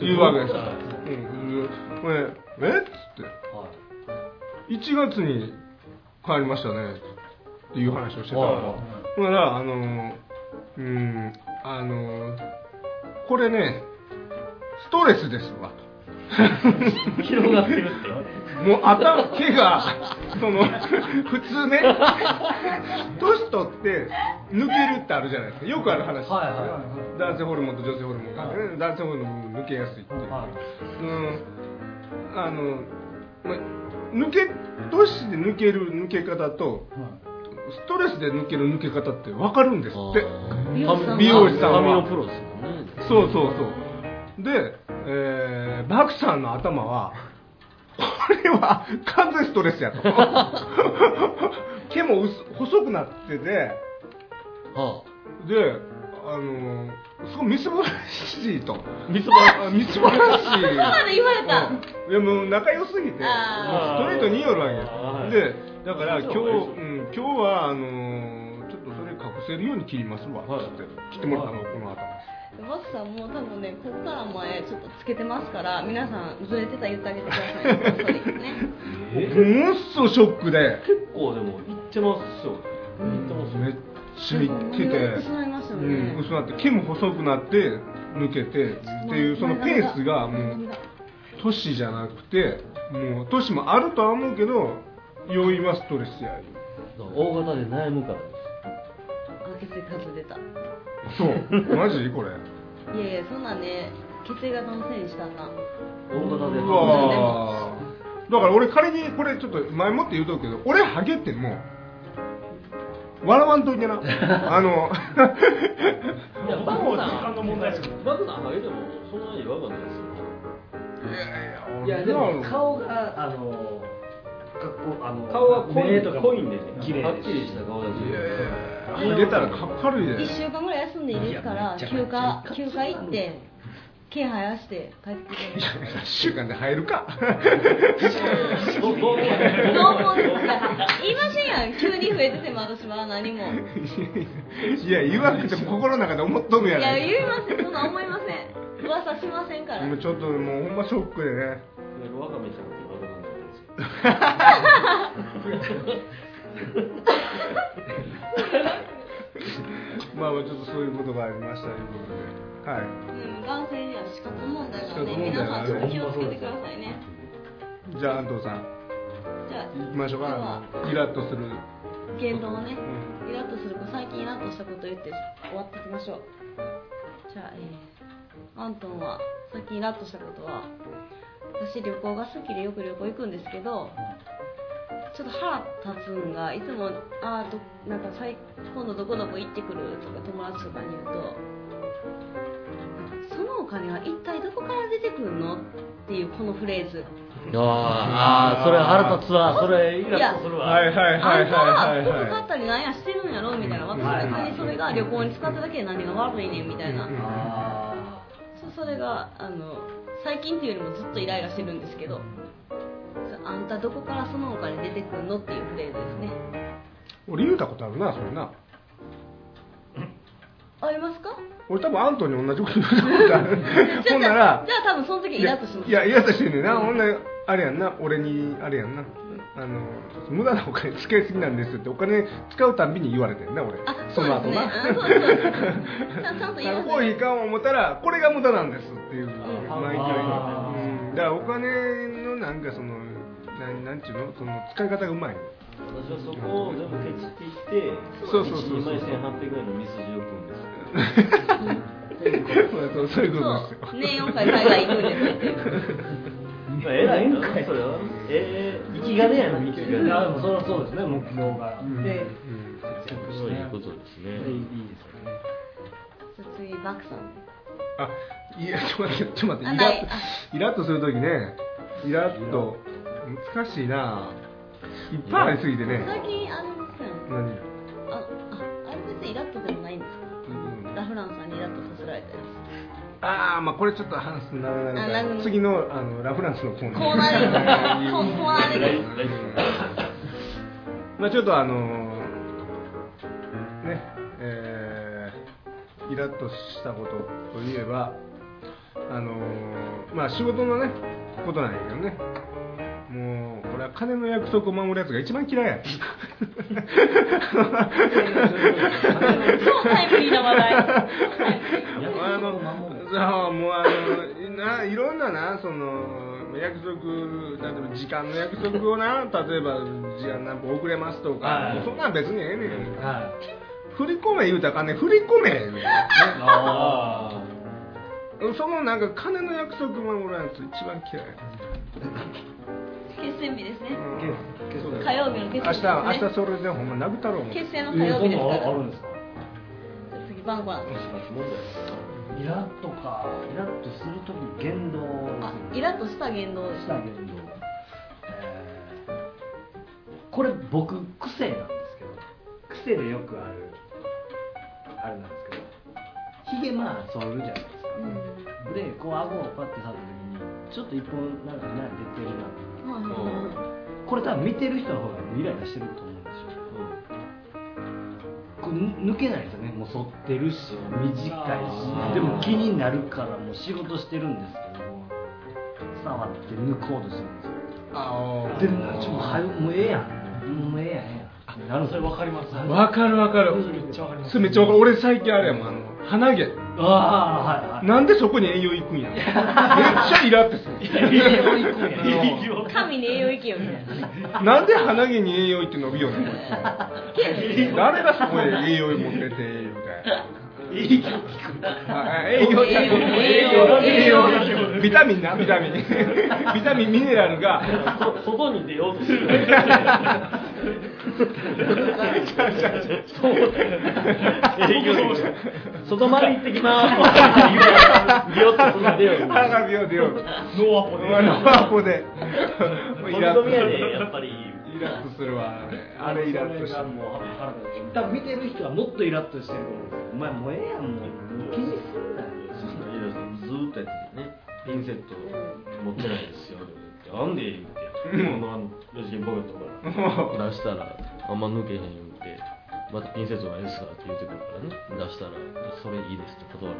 言うわけですよ、うん、これえっつって1月に変わりましたねっていう話をしてたから、ほんならあのーうんあのーこれねストレスですわと広がってるってもう頭毛がその普通ね年取って抜けるってあるじゃないですかよくある話、男性ホルモンと女性ホルモンが、ね男性ホルモン抜けやすいっていう、うんあの、ま、抜け年で抜ける抜け方とストレスで抜ける抜け方って分かるんですってあー美容師さんは髪のプロですもんねそうそうそうで、えーバクさんの頭はこれは完全ストレスやと毛も薄細くなっててはで、あのー、すごいみすぼらしいと。あみそばあみすぼらしい。あ言われたうんいやもう仲良すぎて、もうスあトレートによるわけあーで、だからそ今日、ううん、今日は、あのー、ちょっとそれ隠せるように切りますわ、はいつって。切ってもらったのがこの後。バクさんもう多分ねここから前ちょっとつけてますから皆さんずれてたら言ってあげてください ねこっそりねものすごいショックで、結構でも行ってますよね行ってますめっちゃいっなてて、んか盛り上がってしまいましたよねうん、薄くなって、毛も細くなって、抜けて、っていう、そのペースがもう、都市じゃなくてもう都市もあるとは思うけど酔いますストレスや大型で悩むからです開けて数出たいそうマジこれやいやそんなね血液が男性にしたんな大型でうわーだから俺仮にこれちょっと前もって言うとくけど俺ハゲても笑わんといてなあの いやバ僕もグ時さん間の問題ですけどバグさんハゲてもそんなにわかんないですよいいやでも顔があの格好あの顔は濃い目とか濃いんでね綺麗はっですきりした顔だしハゲたらかっこ悪いで1週間ぐらい休んでいいですから休暇休暇行って毛生やして帰 ってきて1週間で入るかどう合コンもです か言いませんやん急に増えてても私は何もい いや言わなくても心の中で思っとるややない言いませんそんな思いません噂しませんからもうちょっともうほんまショックでねワカメさんってわからなかったですけどまあまあちょっとそういうことがありましたということではいうん男性には死活問題な死ん活で問題皆さんちょっと気をつけてくださいねじゃあ安藤さんじゃあ行きましょうかあのイラッとする言動をねうんイラッとする子最近イラッとしたこと言って終わっていきましょうじゃあえー、アントンは最近イラッとしたことは私旅行が好きでよく旅行行くんですけどちょっと腹立つんがいつも「ああなんか最今度どこどこ行ってくる」とか友達とかに言うと「そのお金は一体どこから出てくるの?」っていうこのフレーズあーあーそれ腹立つわそれイラッとするわはいはいはあいんたははい服はい買はったりなんやしてるんやろみたいな私別にそれが旅行に使っただけで何が悪いねんみたいなあそそれがあの最近っていうよりもずっとイライラしてるんですけどそあんたどこからそのお金出てくんのっていうフレーズですねい俺言うたことあるなそれなあります か俺多分アントに同じこと言うたことあ るほんならじゃあ多分その時イラッとしますいやいやイラッとしてんねんな、ほんならあれやんな俺にあれやんなあの無駄なお金使いすぎなんですってお金使うたんびに言われてんな俺あそそうのですね後なあそうですそうです ちゃんちゃんと言いますコーヒー買おう思ったらこれが無駄なんですっていう毎回あうーんだからお金のなんかそのなんなんちゅうのその使い方がう まい私はそこをでもケチっていってそうそうそうそう1枚1800円のミスジを組んです そうそういうことですよそう年4回海外行くんですよっていうまあ偉いなそれはええ生き金やな生きーい金やでもそれはそうですね目標があって、うんうでんそういうことですねいいですよねじゃあ次バクさんあいやちょっと待ってちょっと待っあてイなラいあッイラッとするときねイラッと難しいないっぱいありすぎてね最近あれですよね何あああれ別にイラッとでもないんですかうんラフランさんにイラッとさせられたやああまあこれちょっと話すならあななんるか次のあのラフランスのコーつナーコーナーで行くコーナーで行く大丈まあちょっとあのねえーイラッとしたことといえばあのまあ仕事のねことなんやけどねもうこれは金の約束を守るやつが一番嫌いや 超タイムリーな話 題あのそうもうあのないろんななその約束例えば時間の約束をな例えば時間何分遅れますとか、はいもうそんなん別にええねん、は振り込め言うたら金振り込め言うねんいああそのなんか金の約束も俺は一番嫌い決戦日ですねうんそうだよ火曜日の決明戦日です日ね明日それでほんま殴ったろうもん決戦のえ火曜ー、そ日んでなすんから、ああるんですか次バンコなんですイラッとかイラッとするときの言動あですイねラッとした言動ですした言動、えーこれ僕癖なんですけど癖でよくあるあれなんですけどひげまあ剃るじゃないですか、ブレーこう顎をパッて触った時にちょっと一本なんかなんか出てるなってこれ多分見てる人の方がイライラしてると思うんですよ、これぬ抜けないんですよねもう剃ってるし短いしあーでも気になるからもう仕事してるんですけど触って抜こうとするんですよあでもちょっとはよもうええやんもうええやんええやんなるんですそれよわかりますあわかるわかるめっちゃわかりますそれめっちゃわかる俺最近あれやもんあの鼻毛ああはいはいなんでそこに栄養いくんやめっちゃイラってする 神に栄養行けよみたいなねなんで鼻毛に栄養いって伸びようねんこいつ誰がそこへ栄養持っててみたいなあ栄養ちゃんと栄栄養養ビタミンなビタミンビタミンミネラルがそ外に出ようとする営業外まで行ってき ます出ようとする出ようと歯 がビヨビヨノノーアポでアポで飛びイラッ込とみやでやっぱりイラッとするわあれあれイラッとしそれがたもう腹立つ多分見てる人はもっとイラッとしてると思うんですよお前もうええやんもうもう気にすんなよずーっとやっててねピンセット持ってないですよってなんで言ってこのあの四次元ポケットから出したらあんま抜けへん言うてまたピンセットないですからって言うてくるからね出したらそれいいですって断る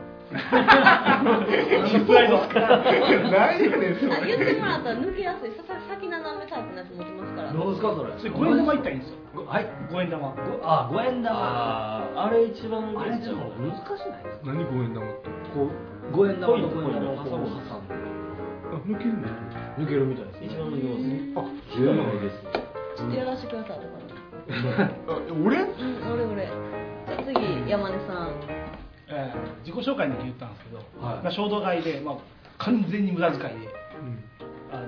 何やねんそ あ言っれてもらったら抜けやすいささ先斜めタイプのやつ持ってますからどうですかそれそれ五円玉いったらいいんですよごはい五円玉ごあ五円玉あああれ一番あ売れれちでゃうも難しないですか何公園玉ってこう五円玉とぽい五の円玉をぽいの挟んであ抜けるの抜けるみたいですね一番売れますねあ一番売れですちょっとやらせてくださいだからあ俺うん、俺俺。じゃあ次、山根さん。えー自己紹介の時言ったんですけど、はいまあ、衝動買いで、まあ、完全に無駄遣いで 음.あの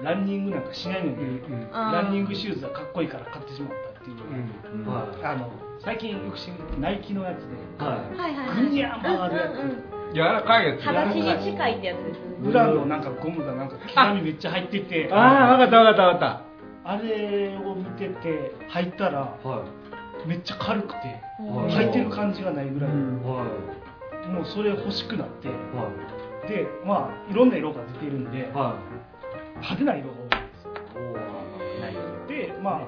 ーランニングなんかしないのに、うんあーランニングシューズはかっこいいから買ってしまったっていう、うはいあの最近よく知るナイキのやつではいはいはいぐにゃー回るやつうんうんん柔らかいやうんつ裸足に近いってやつですね。裏のなんかゴムがなんか毛みめっちゃ入っててああ分かった分かった分かあれを見てて履いたらはめっちゃ軽くてうん履いてる感じがないぐらい、いはいもうそれ欲しくなってはでまあいろんな色が出てるんでいは派手な色が多いんですよいおーないでま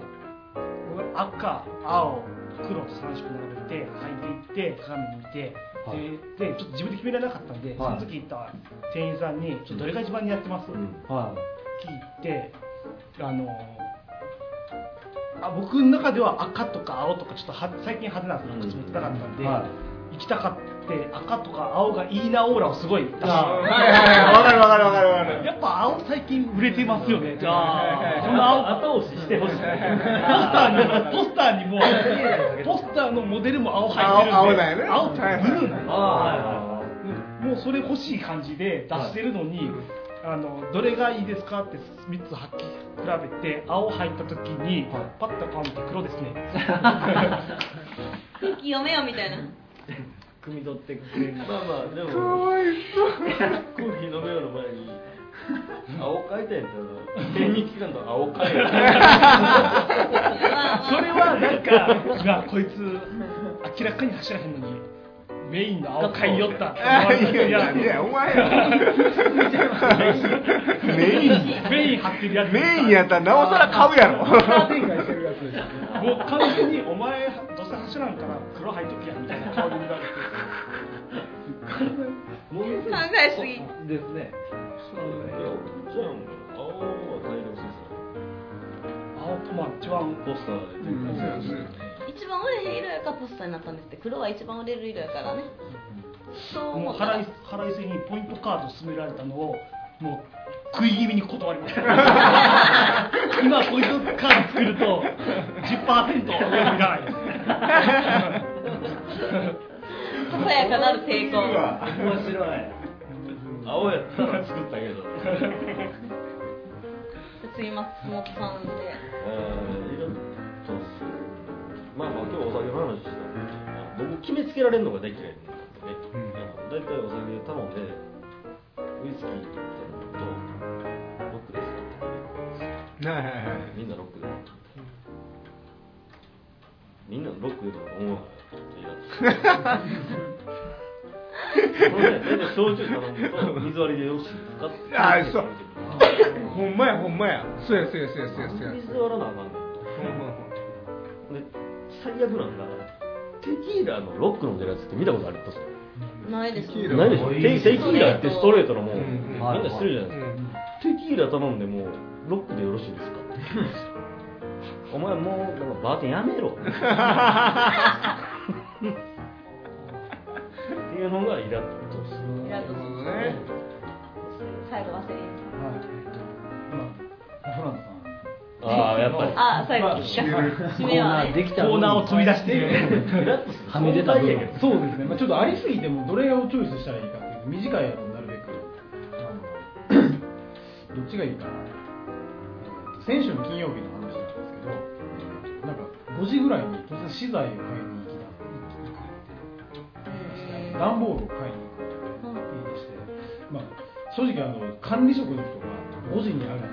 あ赤青黒3色並べて履いていって鏡見て、はいででちょっと自分で決められなかったんで、その時行った店員さんに「ちょっとどれが一番似合ってますは聞いてあのあ僕の中では赤とか青とかちょっとは最近派手なのが口も言ってなかったんで、うんはい行きたかって赤とか青がいいなオーラをすごい出してったはいはい 아,はい分かる分かる分かる分かるやっぱ青最近売れてますよね。あーこの青後押ししてほしいポスターに、ポスターにも、ポスターのモデルも青入ってるんで、青青だよね青とブルーなあのあはいはいもうそれ欲しい感じで出してるのに、あのどれがいいですかって3つはっきり比べて、青入った時に、パッと顔見て黒ですね。空気読めよみたいな。汲み取ってくれるまあまあでもかわいそうコーヒー飲めよの前 に青変えたんやったら電気機関と青変えまあまあ それはなんか、うわこいつ、明らかに走らへんのに、メインの青買いよったって思わあれたい時やいにやいやお前やメインメイン張ってるやつメインやったらなおさら買うやろもう完全に「お前どうせ走らんから黒入っときや」みたいな顔で見られてもう考えすぎ。ですねじゃあ青は大量生産青とまあ一番ポスターで展開してる一番売れへん色やからポスターになったんですって、黒は一番売れる色やからね。そうも思うった払らい。払いすぎにポイントカード勧められたのをもう食い気味に断りました今ポイントカード作ると10%上もいらないですささやかなる抵 抗。面白い青やったら作ったけど次、松本さんで。えーいろいろとまあまあ今日お酒の話したんであ僕決めつけられるのが大嫌いなんうんでね、あの大体お酒頼んでウイスキーみたいなのとロックですはいはいはいみんなロックでみんなロックでとか思うからいやこれね大体焼酎頼むと水割りでよろしいですかってあーそうほんまやほんまやそうやそうやそうやそうやそうや水割らなあかんほんまほんまねんとで最悪なんがテキーラのロックの出るやつって見たことありますないですテキね。ーラないでしょテテキーラってストレートのもう、うんみんなしてるじゃうないですんか、テキーラ頼んでもロックでよろしいですかお前もうなんかバーテンやめろっていうのがイラッとするイラなッるとすほるどね最後、忘れん。フランさんああやっぱりあ、最後、締めはね。できたコーナーを飛び出 してはみ出た分そうですね、まあ、ちょっとありすぎてもどれをチョイスしたらいいかっていう短いやつをなるべくあのどっちがいいかな、えー先週の金曜日の話なんですけど、えーなんか5時ぐらいに突然資材を買いに行きだうん段ボールを買いに行くって言い出して、まあ、正直あの管理職の人が5時に上がって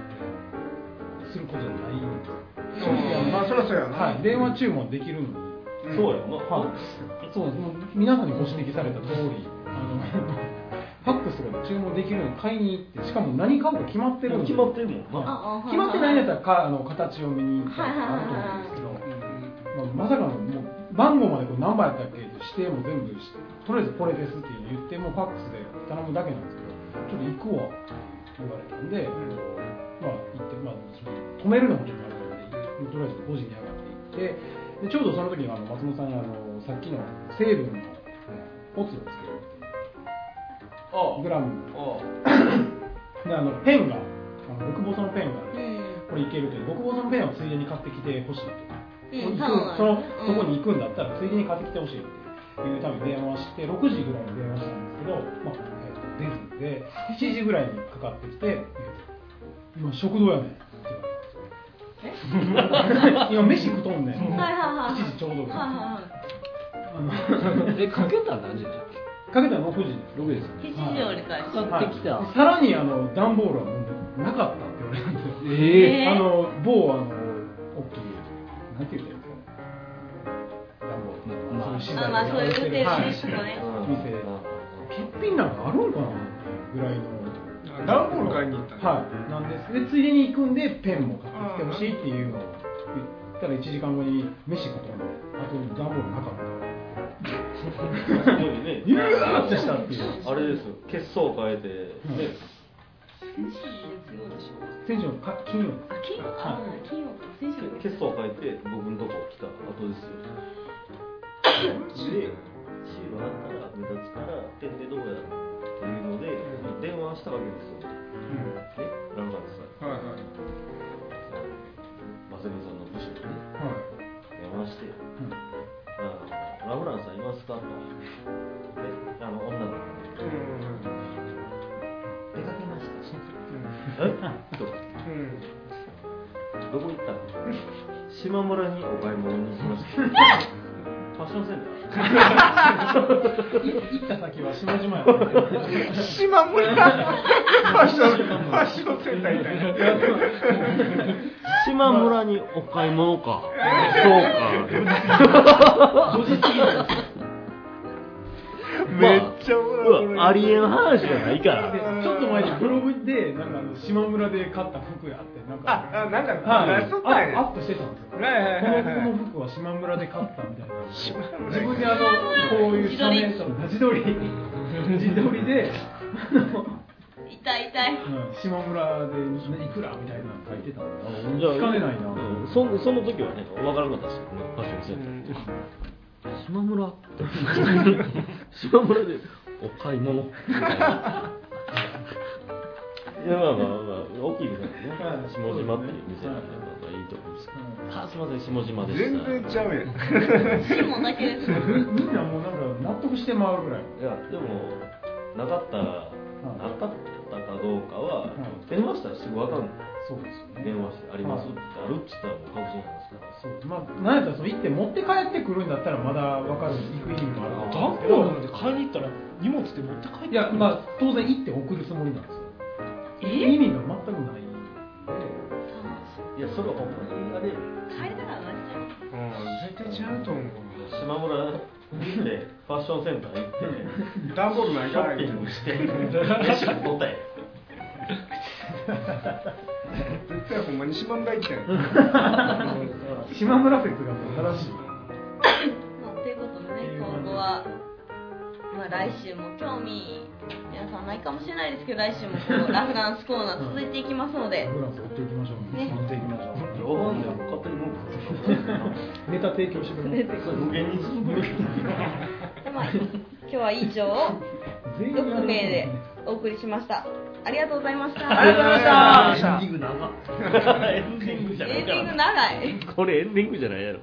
することじゃないんですよ正直あのまあそらそうやなはい、電話注文できるのにそうやな、はい、そうですもう皆さんにご指摘された通り、あの ファックスとかで注文できるように買いに行って、しかも何買うか決まってるんで決まってるもんな、ああ決まってないんやっやたらかあの形を見に行ったりとかあると思うんですけど、まあまさかのもう番号までこれ何番やったっけって指定も全部してとりあえずこれですっていうの言ってもうファックスで頼むだけなんですけどちょっと行くわって言われたんで、まあ行って、まあ、ちょっと止めるのもちょっとあれなんでもうとりあえず5時に上がって行ってでちょうどその時にあの松本さんにあのさっきの成分のオツをつけるっていうグラムであのペンがあの極細のペンがあるこれいけるけど極細のペンをついでに買ってきてほしいってうん行くそうなんそのうんそこに行くんだったらついでに買ってきてほしいっていうために電話して6時ぐらいに電話したんですけど、まあえーと出ずで7時ぐらいにかかってきて「今食堂やねん」って言われたんですよ 今飯食うとんねん」はいはいはい7時ちょうどぐらいはいはいはあのえかけたら何時だっかけたら6時ですけ6時ですよい7時より開始かかってきた、はいさらにあの段ボールはもうなかったって言われたんですよえええーあの某あの大きいなんて言うんですか暖房まあそういう資あ材まあそういうをホテルやってるですよねはい店欠品なんかあるんかなっていうぐらいのダンボール買いに行ったのはいなんですでついでに行くんでペンも買ってきてほしいっていうのを言ったら1時間後に飯食ったのあと段ボールなかったすごいねゆーってしたっていうあれですよ血相を変えて、ね先週より強いでしょ店長か金曜あ金曜あ金曜か先週より血相を変えて僕のとこ来た後ですよでシール貼ったら目立つから点でどうやっていうので電話したわけですうよねランガルさんんはいはいマセミさんの部署にね電はい話して、んあのラフランさんいますかと、であの女の子にうん出かけました。 음,えとか、うんうんどこ行ったの島村にお買い物に行きました。ファッションセンターい行った先は島々やったんで島村ファッションファッションセンターみたいな島村にお買い物か。そうか。めっちゃおもろいこれうわありえん話じゃないから。ちょっと前にブログでなんかあの島村で買った服やってなんかああなんかはい、出しとったんやあアップしてたんですよ。こはいはいはいはいのこの服は島村で買ったみたいな。自分であのこういう自撮りと 自撮り、自撮りで、 あの痛い痛い 島村でいくらみたいなの書いてたんで。じゃあ聞かれないなうんそのその時はね、わからなかったですよね、ファッションセンターって。島村って 島村でお買い 物みたいないやまあまあまあ大きい店なんでね下島っていう店なんでまあまあいいと思うんですけどあすいません下島でした全然ちゃうやんシモンだけですよみみんなもうなんか納得して回るぐらい。いやでもなかったなかったかどうかはん電話したらすぐ分かるのそうです電話してありますっはていあるっつったらもう確信なんですからそうまあ、なんやったらその行って持って帰ってくるんだったらまだわかる行く意味もあるダンと思うんボでールなんすけどて買いに行ったら荷物って持って帰ってくるいやまあ当然行って送るつもりなんですよ意味が全くないいやそれはほんまにあれ帰りたらなっちゃううん絶対ちゃうと思う島村で ファッションセンター行ってねダンボールないシかョなッいピけンどグして、飯食っとったんや絶対ほんまに島村行ったんや島村説がもう正しいまあ、ということでね、今後は、まあ、来週も興味、皆さんないかもしれないですけど、来週もこうラフランスコーナー続いていきますの で、フランス追っていきましょうねね追っていきましょローンでも勝手に文句つけたうネタ提供してくれそれ無限に続くべきでまあ、今日は以上、6名でお送りしました。ありがとうございました。ありがとうございましたエンディング長っエンディングじゃなエいンかディング長い。らこれエンディングじゃないやろ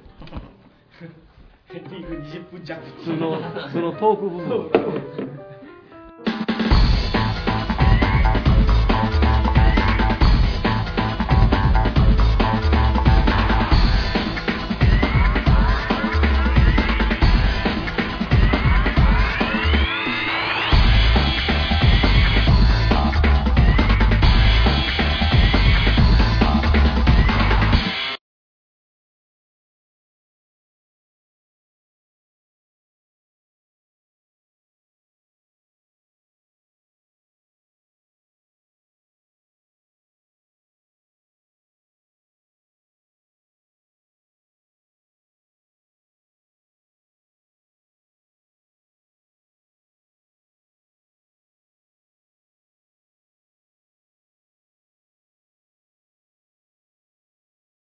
エンディング20分弱普通の普通のトーク部分